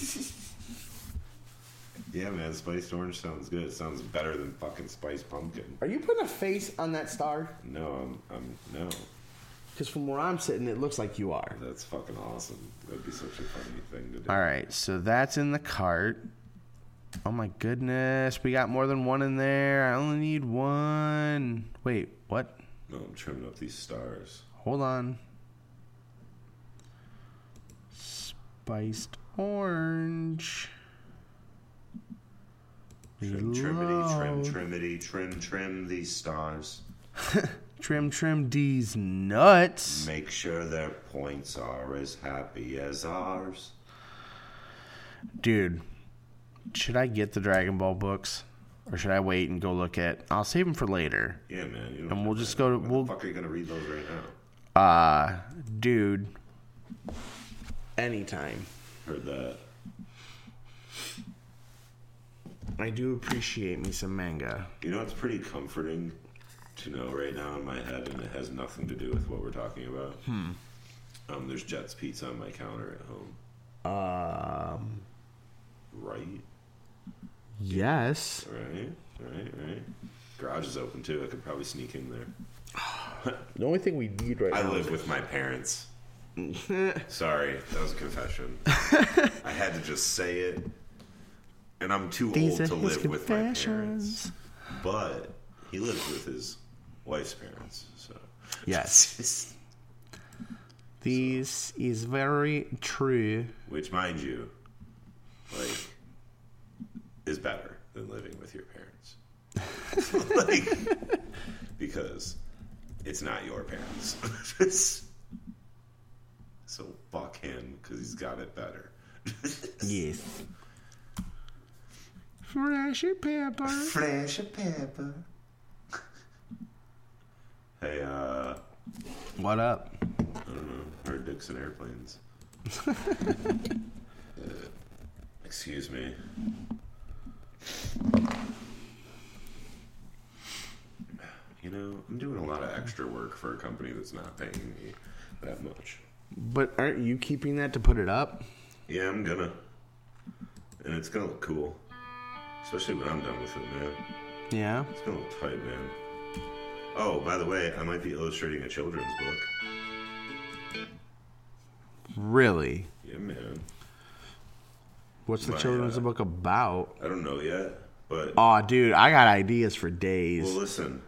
Yeah, man, spiced orange sounds good. It sounds better than fucking spiced pumpkin. Are you putting a face on that star? No, I'm, I'm no. Because from where I'm sitting, it looks like you are. That's fucking awesome. That'd be such a funny thing to do. All right, so that's in the cart. Oh my goodness, we got more than one in there. I only need one. Wait, what? No, I'm trimming up these stars. Hold on. Spiced orange. Trim, trimity, trim, Reload. trimity, trim, trim these stars. Trim, trim D's nuts. Make sure their points are as happy as ours. Dude, should I get the Dragon Ball books? Or should I wait and go look at? I'll save them for later. Yeah, man. You don't And we'll have just that. go to- Where we'll- the fuck are you gonna read those right now? Uh, dude. Anytime. Heard that. I do appreciate me some manga. You know, it's pretty comforting to know right now in my head, and it has nothing to do with what we're talking about. Hmm. Um, there's Jets Pizza on my counter at home. Um, Right, yes. right, right, right. Garage is open too. I could probably sneak in there. The only thing we need right I now. live with my parents. Sorry, that was a confession. I had to just say it. And I'm too old to live with my parents. But he lives with his wife's parents, so Yes. This is very true. which mind you, like is better than living with your parents. like because it's not your parents. so fuck him cuz he's got it better. Yes. Fresh pepper. Flash of pepper. Hey, uh, What up? I don't know. Heard Mm-hmm. dicks in airplanes. Excuse me. You know, I'm doing a lot of extra work for a company that's not paying me that much. But aren't you keeping that to put it up? Yeah, I'm gonna. And it's gonna look cool. Especially when I'm done with it, man. Yeah. It's gonna look tight, man. Oh, by the way, I might be illustrating a children's book. Really? Yeah, man. What's the My, children's uh, book about? I don't know yet, but Aw, dude, I got ideas for days. well, listen.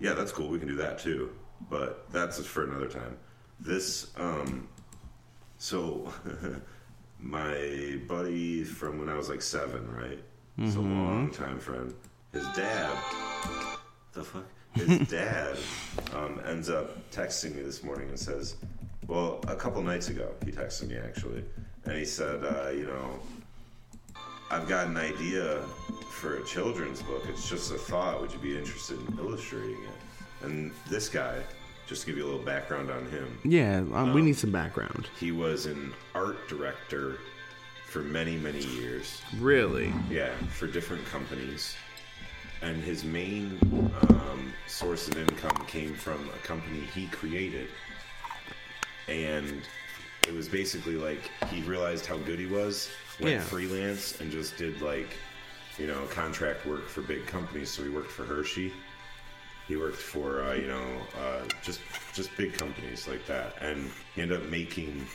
Yeah, that's cool. We can do that too, but that's for another time. This, um, so my buddy from when I was like seven, right? It's a long time friend. His dad, the fuck, his dad, um, ends up texting me this morning and says, "Well, a couple nights ago, he texted me actually, and he said, uh, you know." I've got an idea for a children's book. It's just a thought. Would you be interested in illustrating it? And this guy, just to give you a little background on him, uh, yeah, um, we need some background. he was an art director for many, many years. Really? Yeah, for different companies. And his main um, source of income came from a company he created. And it was basically like he realized how good he was, went Yeah. freelance, and just did like, you know, contract work for big companies. So he worked for Hershey. He worked for uh, you know uh, just just big companies like that, and he ended up making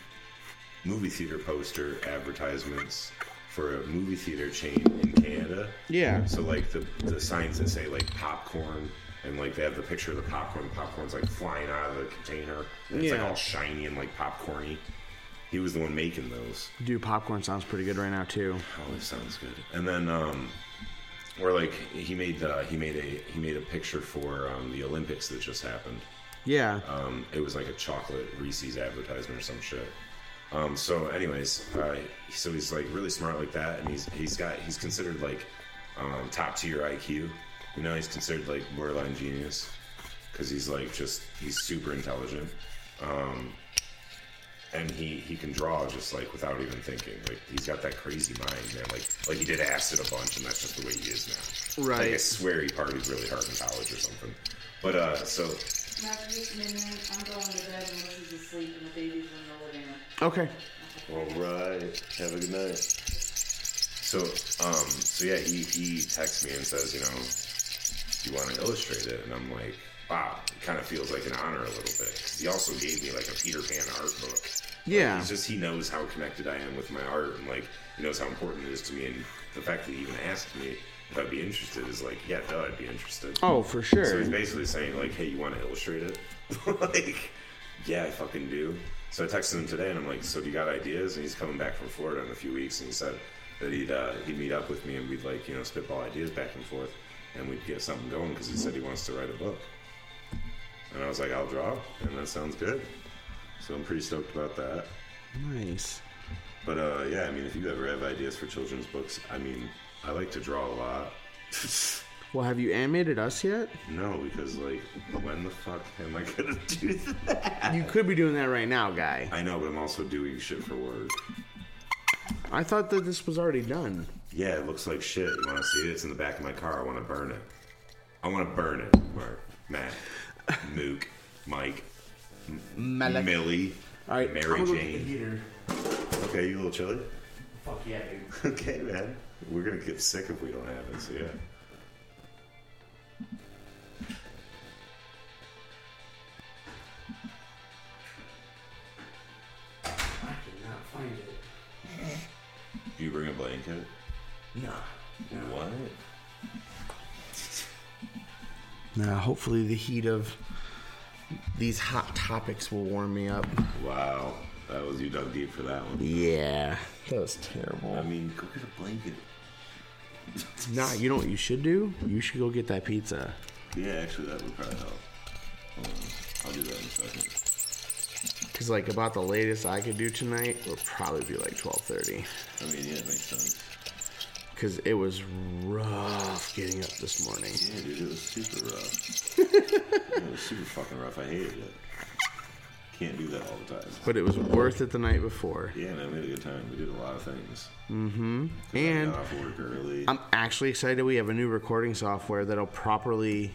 movie theater poster advertisements for a movie theater chain in Canada. Yeah. So like the the signs that say like popcorn and like they have the picture of the popcorn, popcorn's like flying out of the container. And it's like Yeah. all shiny and like popcorny. He was the one making those. Dude, popcorn sounds pretty good right now too. Oh, this sounds good. And then um or like he made uh, he made a he made a picture for um, the Olympics that just happened. Yeah. Um, it was like a chocolate Reese's advertisement or some shit. Um, so, anyways, uh, so he's like really smart like that, and he's he's got he's considered like um, top tier IQ. You know, he's considered like borderline genius because he's like just he's super intelligent, um, and he he can draw just like without even thinking. Like he's got that crazy mind, man. Like like he did acid a bunch, and that's just the way he is now. Like, I Right. swear he partied really hard in college or something. But uh, so Mark, it's midnight. I'm going to bed and Lucy's asleep and the baby's in the living room. Okay. All right. Have a good night. So, um, so yeah, he, he texts me and says, you know, do you want to illustrate it? And I'm like, wow, it kind of feels like an honor a little bit. 'Cause he also gave me like a Peter Pan art book. Yeah. Like, he's just, he knows how connected I am with my art and like, he knows how important it is to me. And the fact that he even asked me if I'd be interested is like, yeah, duh, I'd be interested. Oh, for So sure. he's basically saying like, "Hey, you want to illustrate it?" like, yeah, I fucking do. So I texted him today, and I'm like, "So do you got ideas?" And he's coming back from Florida in a few weeks, and he said that he'd uh, he'd meet up with me, and we'd like you know spitball ideas back and forth, and we'd get something going because he said he wants to write a book. And I was like, "I'll draw," and that sounds good. So I'm pretty stoked about that. Nice. But uh, yeah, I mean, if you ever have ideas for children's books, I mean, I like to draw a lot. Well, have you animated us yet? No, because like, when the fuck am I gonna do that? You could be doing that right now, guy. I know, but I'm also doing shit for work. I thought that this was already done. Yeah, it looks like shit. You wanna see it? It's in the back of my car. I wanna burn it. I wanna burn it. Mark, Matt, Mook, Mike, Malak. Millie, All right. I'm Mary gonna go get the Jane. heater. Okay, you a little chilly? Fuck yeah, dude. Okay, man. We're gonna get sick if we don't have it, so yeah. I cannot find it. You bring a blanket? Nah. What? Nah. Hopefully, the heat of these hot topics will warm me up. Wow. That was you dug deep for that one. Yeah. That was I terrible. mean, go get a blanket. Nah. You know what you should do? You should go get that pizza. Yeah, actually, that would probably help. Hold on. I'll do that in a second. Cause like about the latest I could do tonight would probably be like twelve thirty. I mean, yeah, it makes sense. Cause it was rough getting up this morning. Yeah, dude, it was super rough. it was super fucking rough. I hated it. Can't do that all the time. But it was worth it the night before. Yeah, man, we had a good time. We did a lot of things. And got off work early. I'm actually excited we have a new recording software that'll properly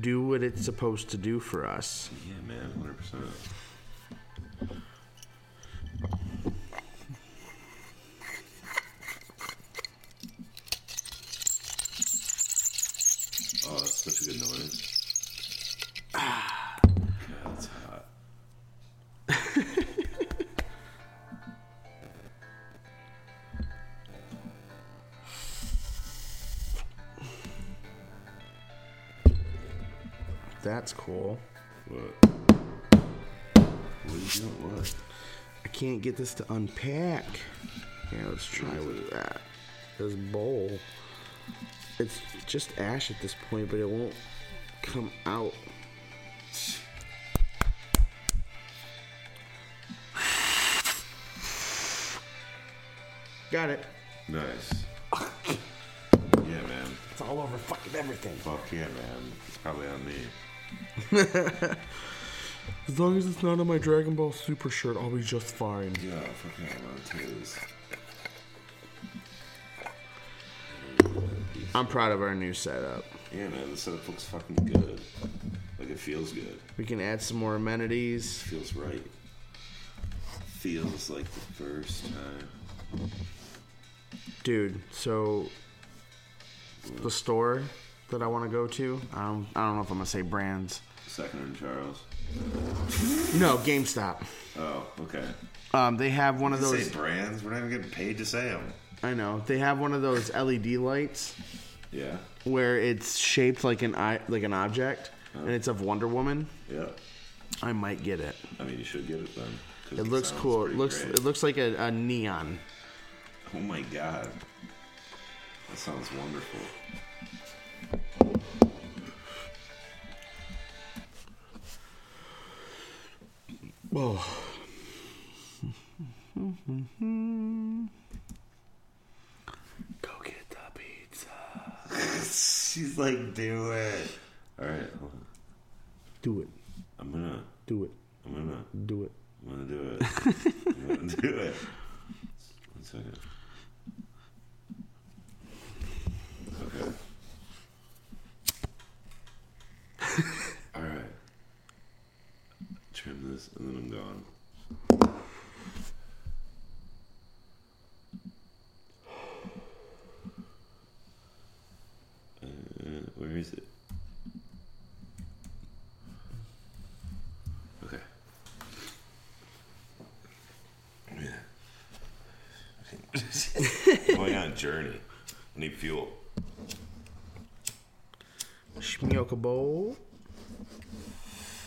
do what it's supposed to do for us. yeah, man, 100%. Oh, that's such a good noise. God, it's hot. That's cool. What? What are you doing? What? I can't get this to unpack. Yeah, let's try with that. This bowl. It's just ash at this point, but it won't come out. Got it. Nice. yeah, man. It's all over fucking everything. Fuck yeah, man. It's probably on me. As long as it's not on my Dragon Ball Super shirt, I'll be just fine. Yeah, fuck yeah, I'm on toes. I'm proud of our new setup. Yeah, man, the setup looks fucking good. Like it feels good. We can add some more amenities. Feels right. Feels like the first time. Dude, so the store that I want to go to, I don't, I don't know if I'm going to say brands. Second and Charles. No, GameStop. Oh, okay. Um, they have one of Say those. brands. We're not even getting paid to say them. I know. They have one of those LED lights Yeah. where it's shaped like an eye, like an object, and it's of Wonder Woman. Yeah. I might get it. I mean, you should get it then. 'cause It looks sounds cool. It pretty looks great. it looks like a, a neon. Oh my god. That sounds wonderful. Whoa. Go get the pizza. She's like, do it. All right, hold on. Do it. I'm gonna, Do it. I'm gonna, Do it. I'm gonna do it. I'm gonna do it. One second. Okay. All right. Trim this, and then I'm gone. Uh, where is it? Okay. Going on a journey. I need fuel. Shmyoka bowl.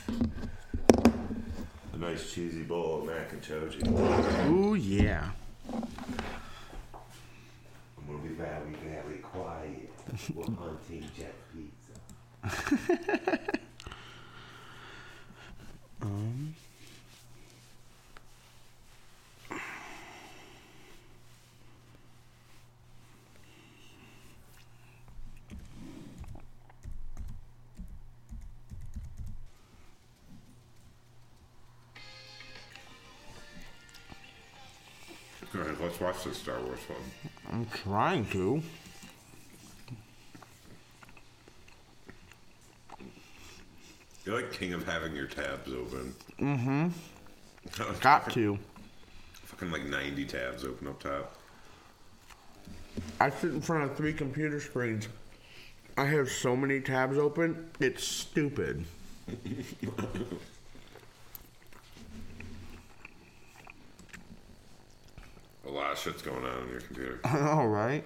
A nice cheesy bowl of mac and choji. I'm Ooh yeah. gonna be very, very quiet. We're hunting jet pizza. All right, let's watch the Star Wars one. I'm trying to. You're like king of having your tabs open. Mm-hmm. Got to. Fucking like 90 tabs open up top. I sit in front of three computer screens. I have so many tabs open. It's stupid. A lot of shit's going on on your computer. All right.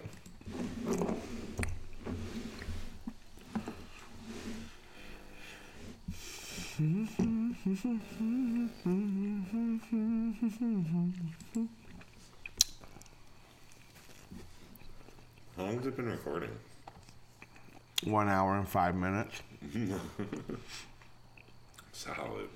How long's it been recording? One hour and five minutes. Solid.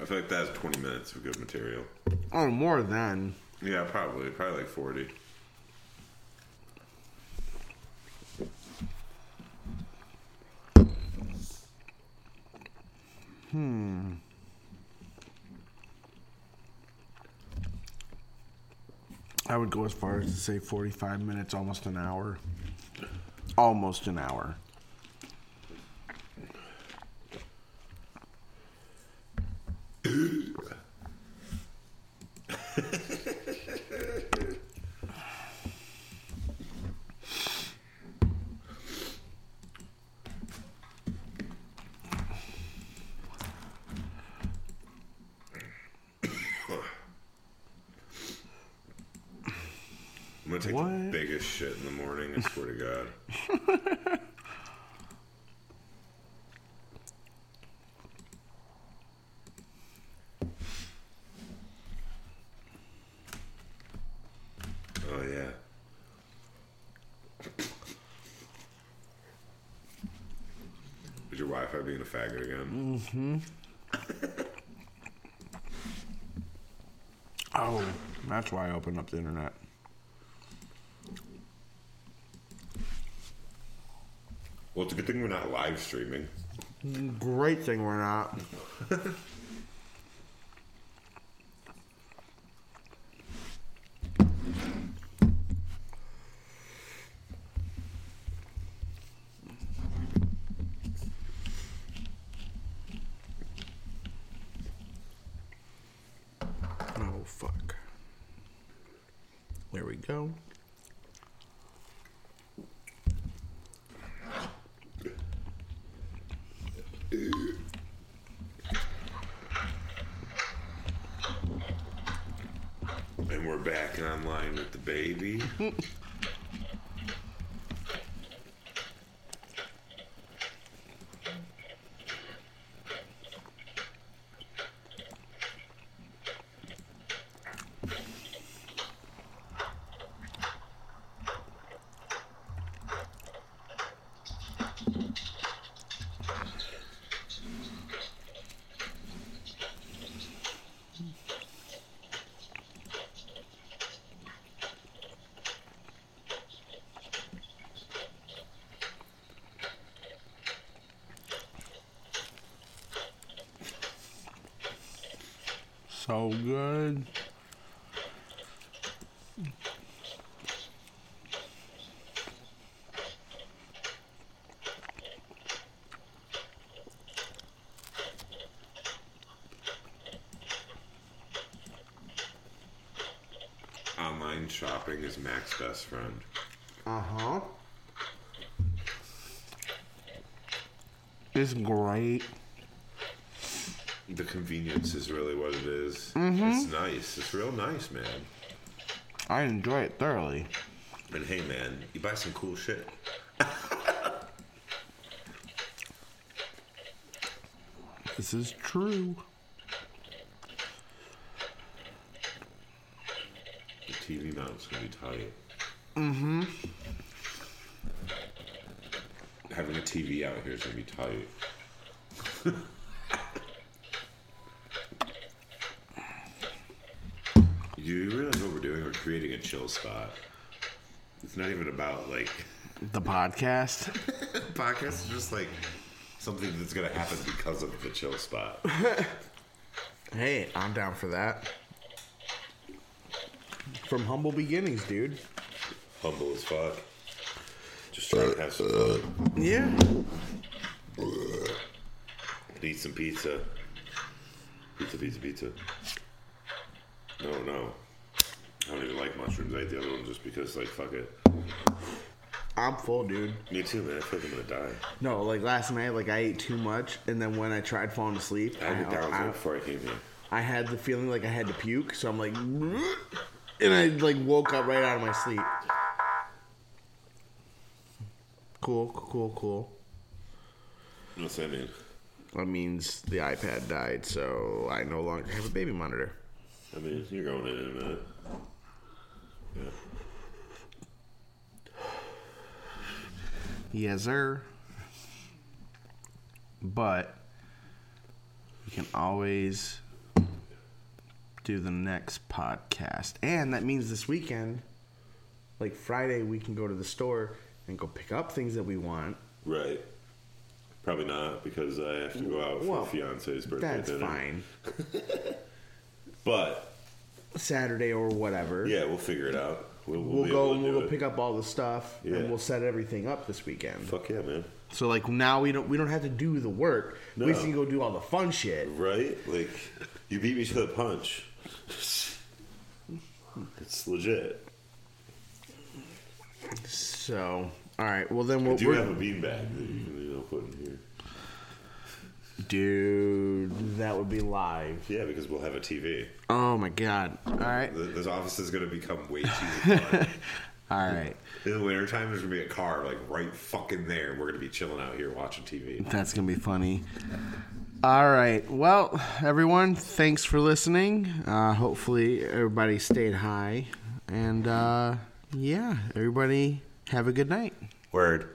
I feel like that's 20 minutes of good material. Oh, more than. Yeah, probably. Probably like 40. I would go as far as to say 45 minutes, almost an hour. Almost an hour. I'm gonna take the What? biggest shit in the morning, I swear to God. oh, yeah. Is your Wi Fi being a faggot again? Oh, that's why I opened up the internet. Well, it's a good thing we're not live streaming. Great thing we're not. Oh, fuck. There we go. And we're back online with the baby. So good. Online shopping is Mac's best friend. Uh huh. It's great. The convenience is really what it is. It's nice. It's real nice, man. I enjoy it thoroughly. And hey, man, you buy some cool shit. This is true. The TV mount's gonna be tight. Mm-hmm. Having a TV out here is gonna be tight. you realize what we're doing? We're creating a chill spot. It's not even about like The podcast. podcast. It's just like something that's gonna happen because of the chill spot. Hey, I'm down for that. From humble beginnings, dude. Humble as fuck. Just trying to have some fun. Yeah. Need some pizza. Pizza, pizza, pizza. No, no. I don't even like mushrooms. I ate the other one just because, like, fuck it. I'm full, dude. Me too, man. I feel like I'm gonna die. No, like last night, like I ate too much, and then when I tried falling asleep, I had McDonald's right I, before I came here. I had the feeling like I had to puke, so I'm like, and I like woke up right out of my sleep. Cool, cool, cool. What's that mean? That means the iPad died, so I no longer have a baby monitor. I mean, you're going in in a minute. Yeah. Yes, sir. But we can always do the next podcast. And that means this weekend, like Friday, we can go to the store and go pick up things that we want. Right. Probably not because I have to go out for Well, fiance's birthday That's dinner. fine. But Saturday or whatever. yeah, we'll figure it out. We'll, we'll, We'll be go Able and to we'll do go it. pick up all the stuff Yeah. and we'll set everything up this weekend. Fuck yeah, man. So like now we don't we don't have to do the work. No. We just can go do all the fun shit. Right? Like, you beat me to the punch. It's legit. So all right, well then I we'll do we're- have a beanbag that you can, you know, put in here. Dude, that would be live. Yeah, because we'll have a TV. Oh my god. All right. Th- This office is going to become way too fun. All right. in the wintertime, there's going to be a car, like, right fucking there, and we're going to be chilling out here watching TV. That's going to be funny. All right. Well, everyone, thanks for listening. Uh, hopefully, everybody stayed high. And uh, yeah, everybody, have a good night. Word.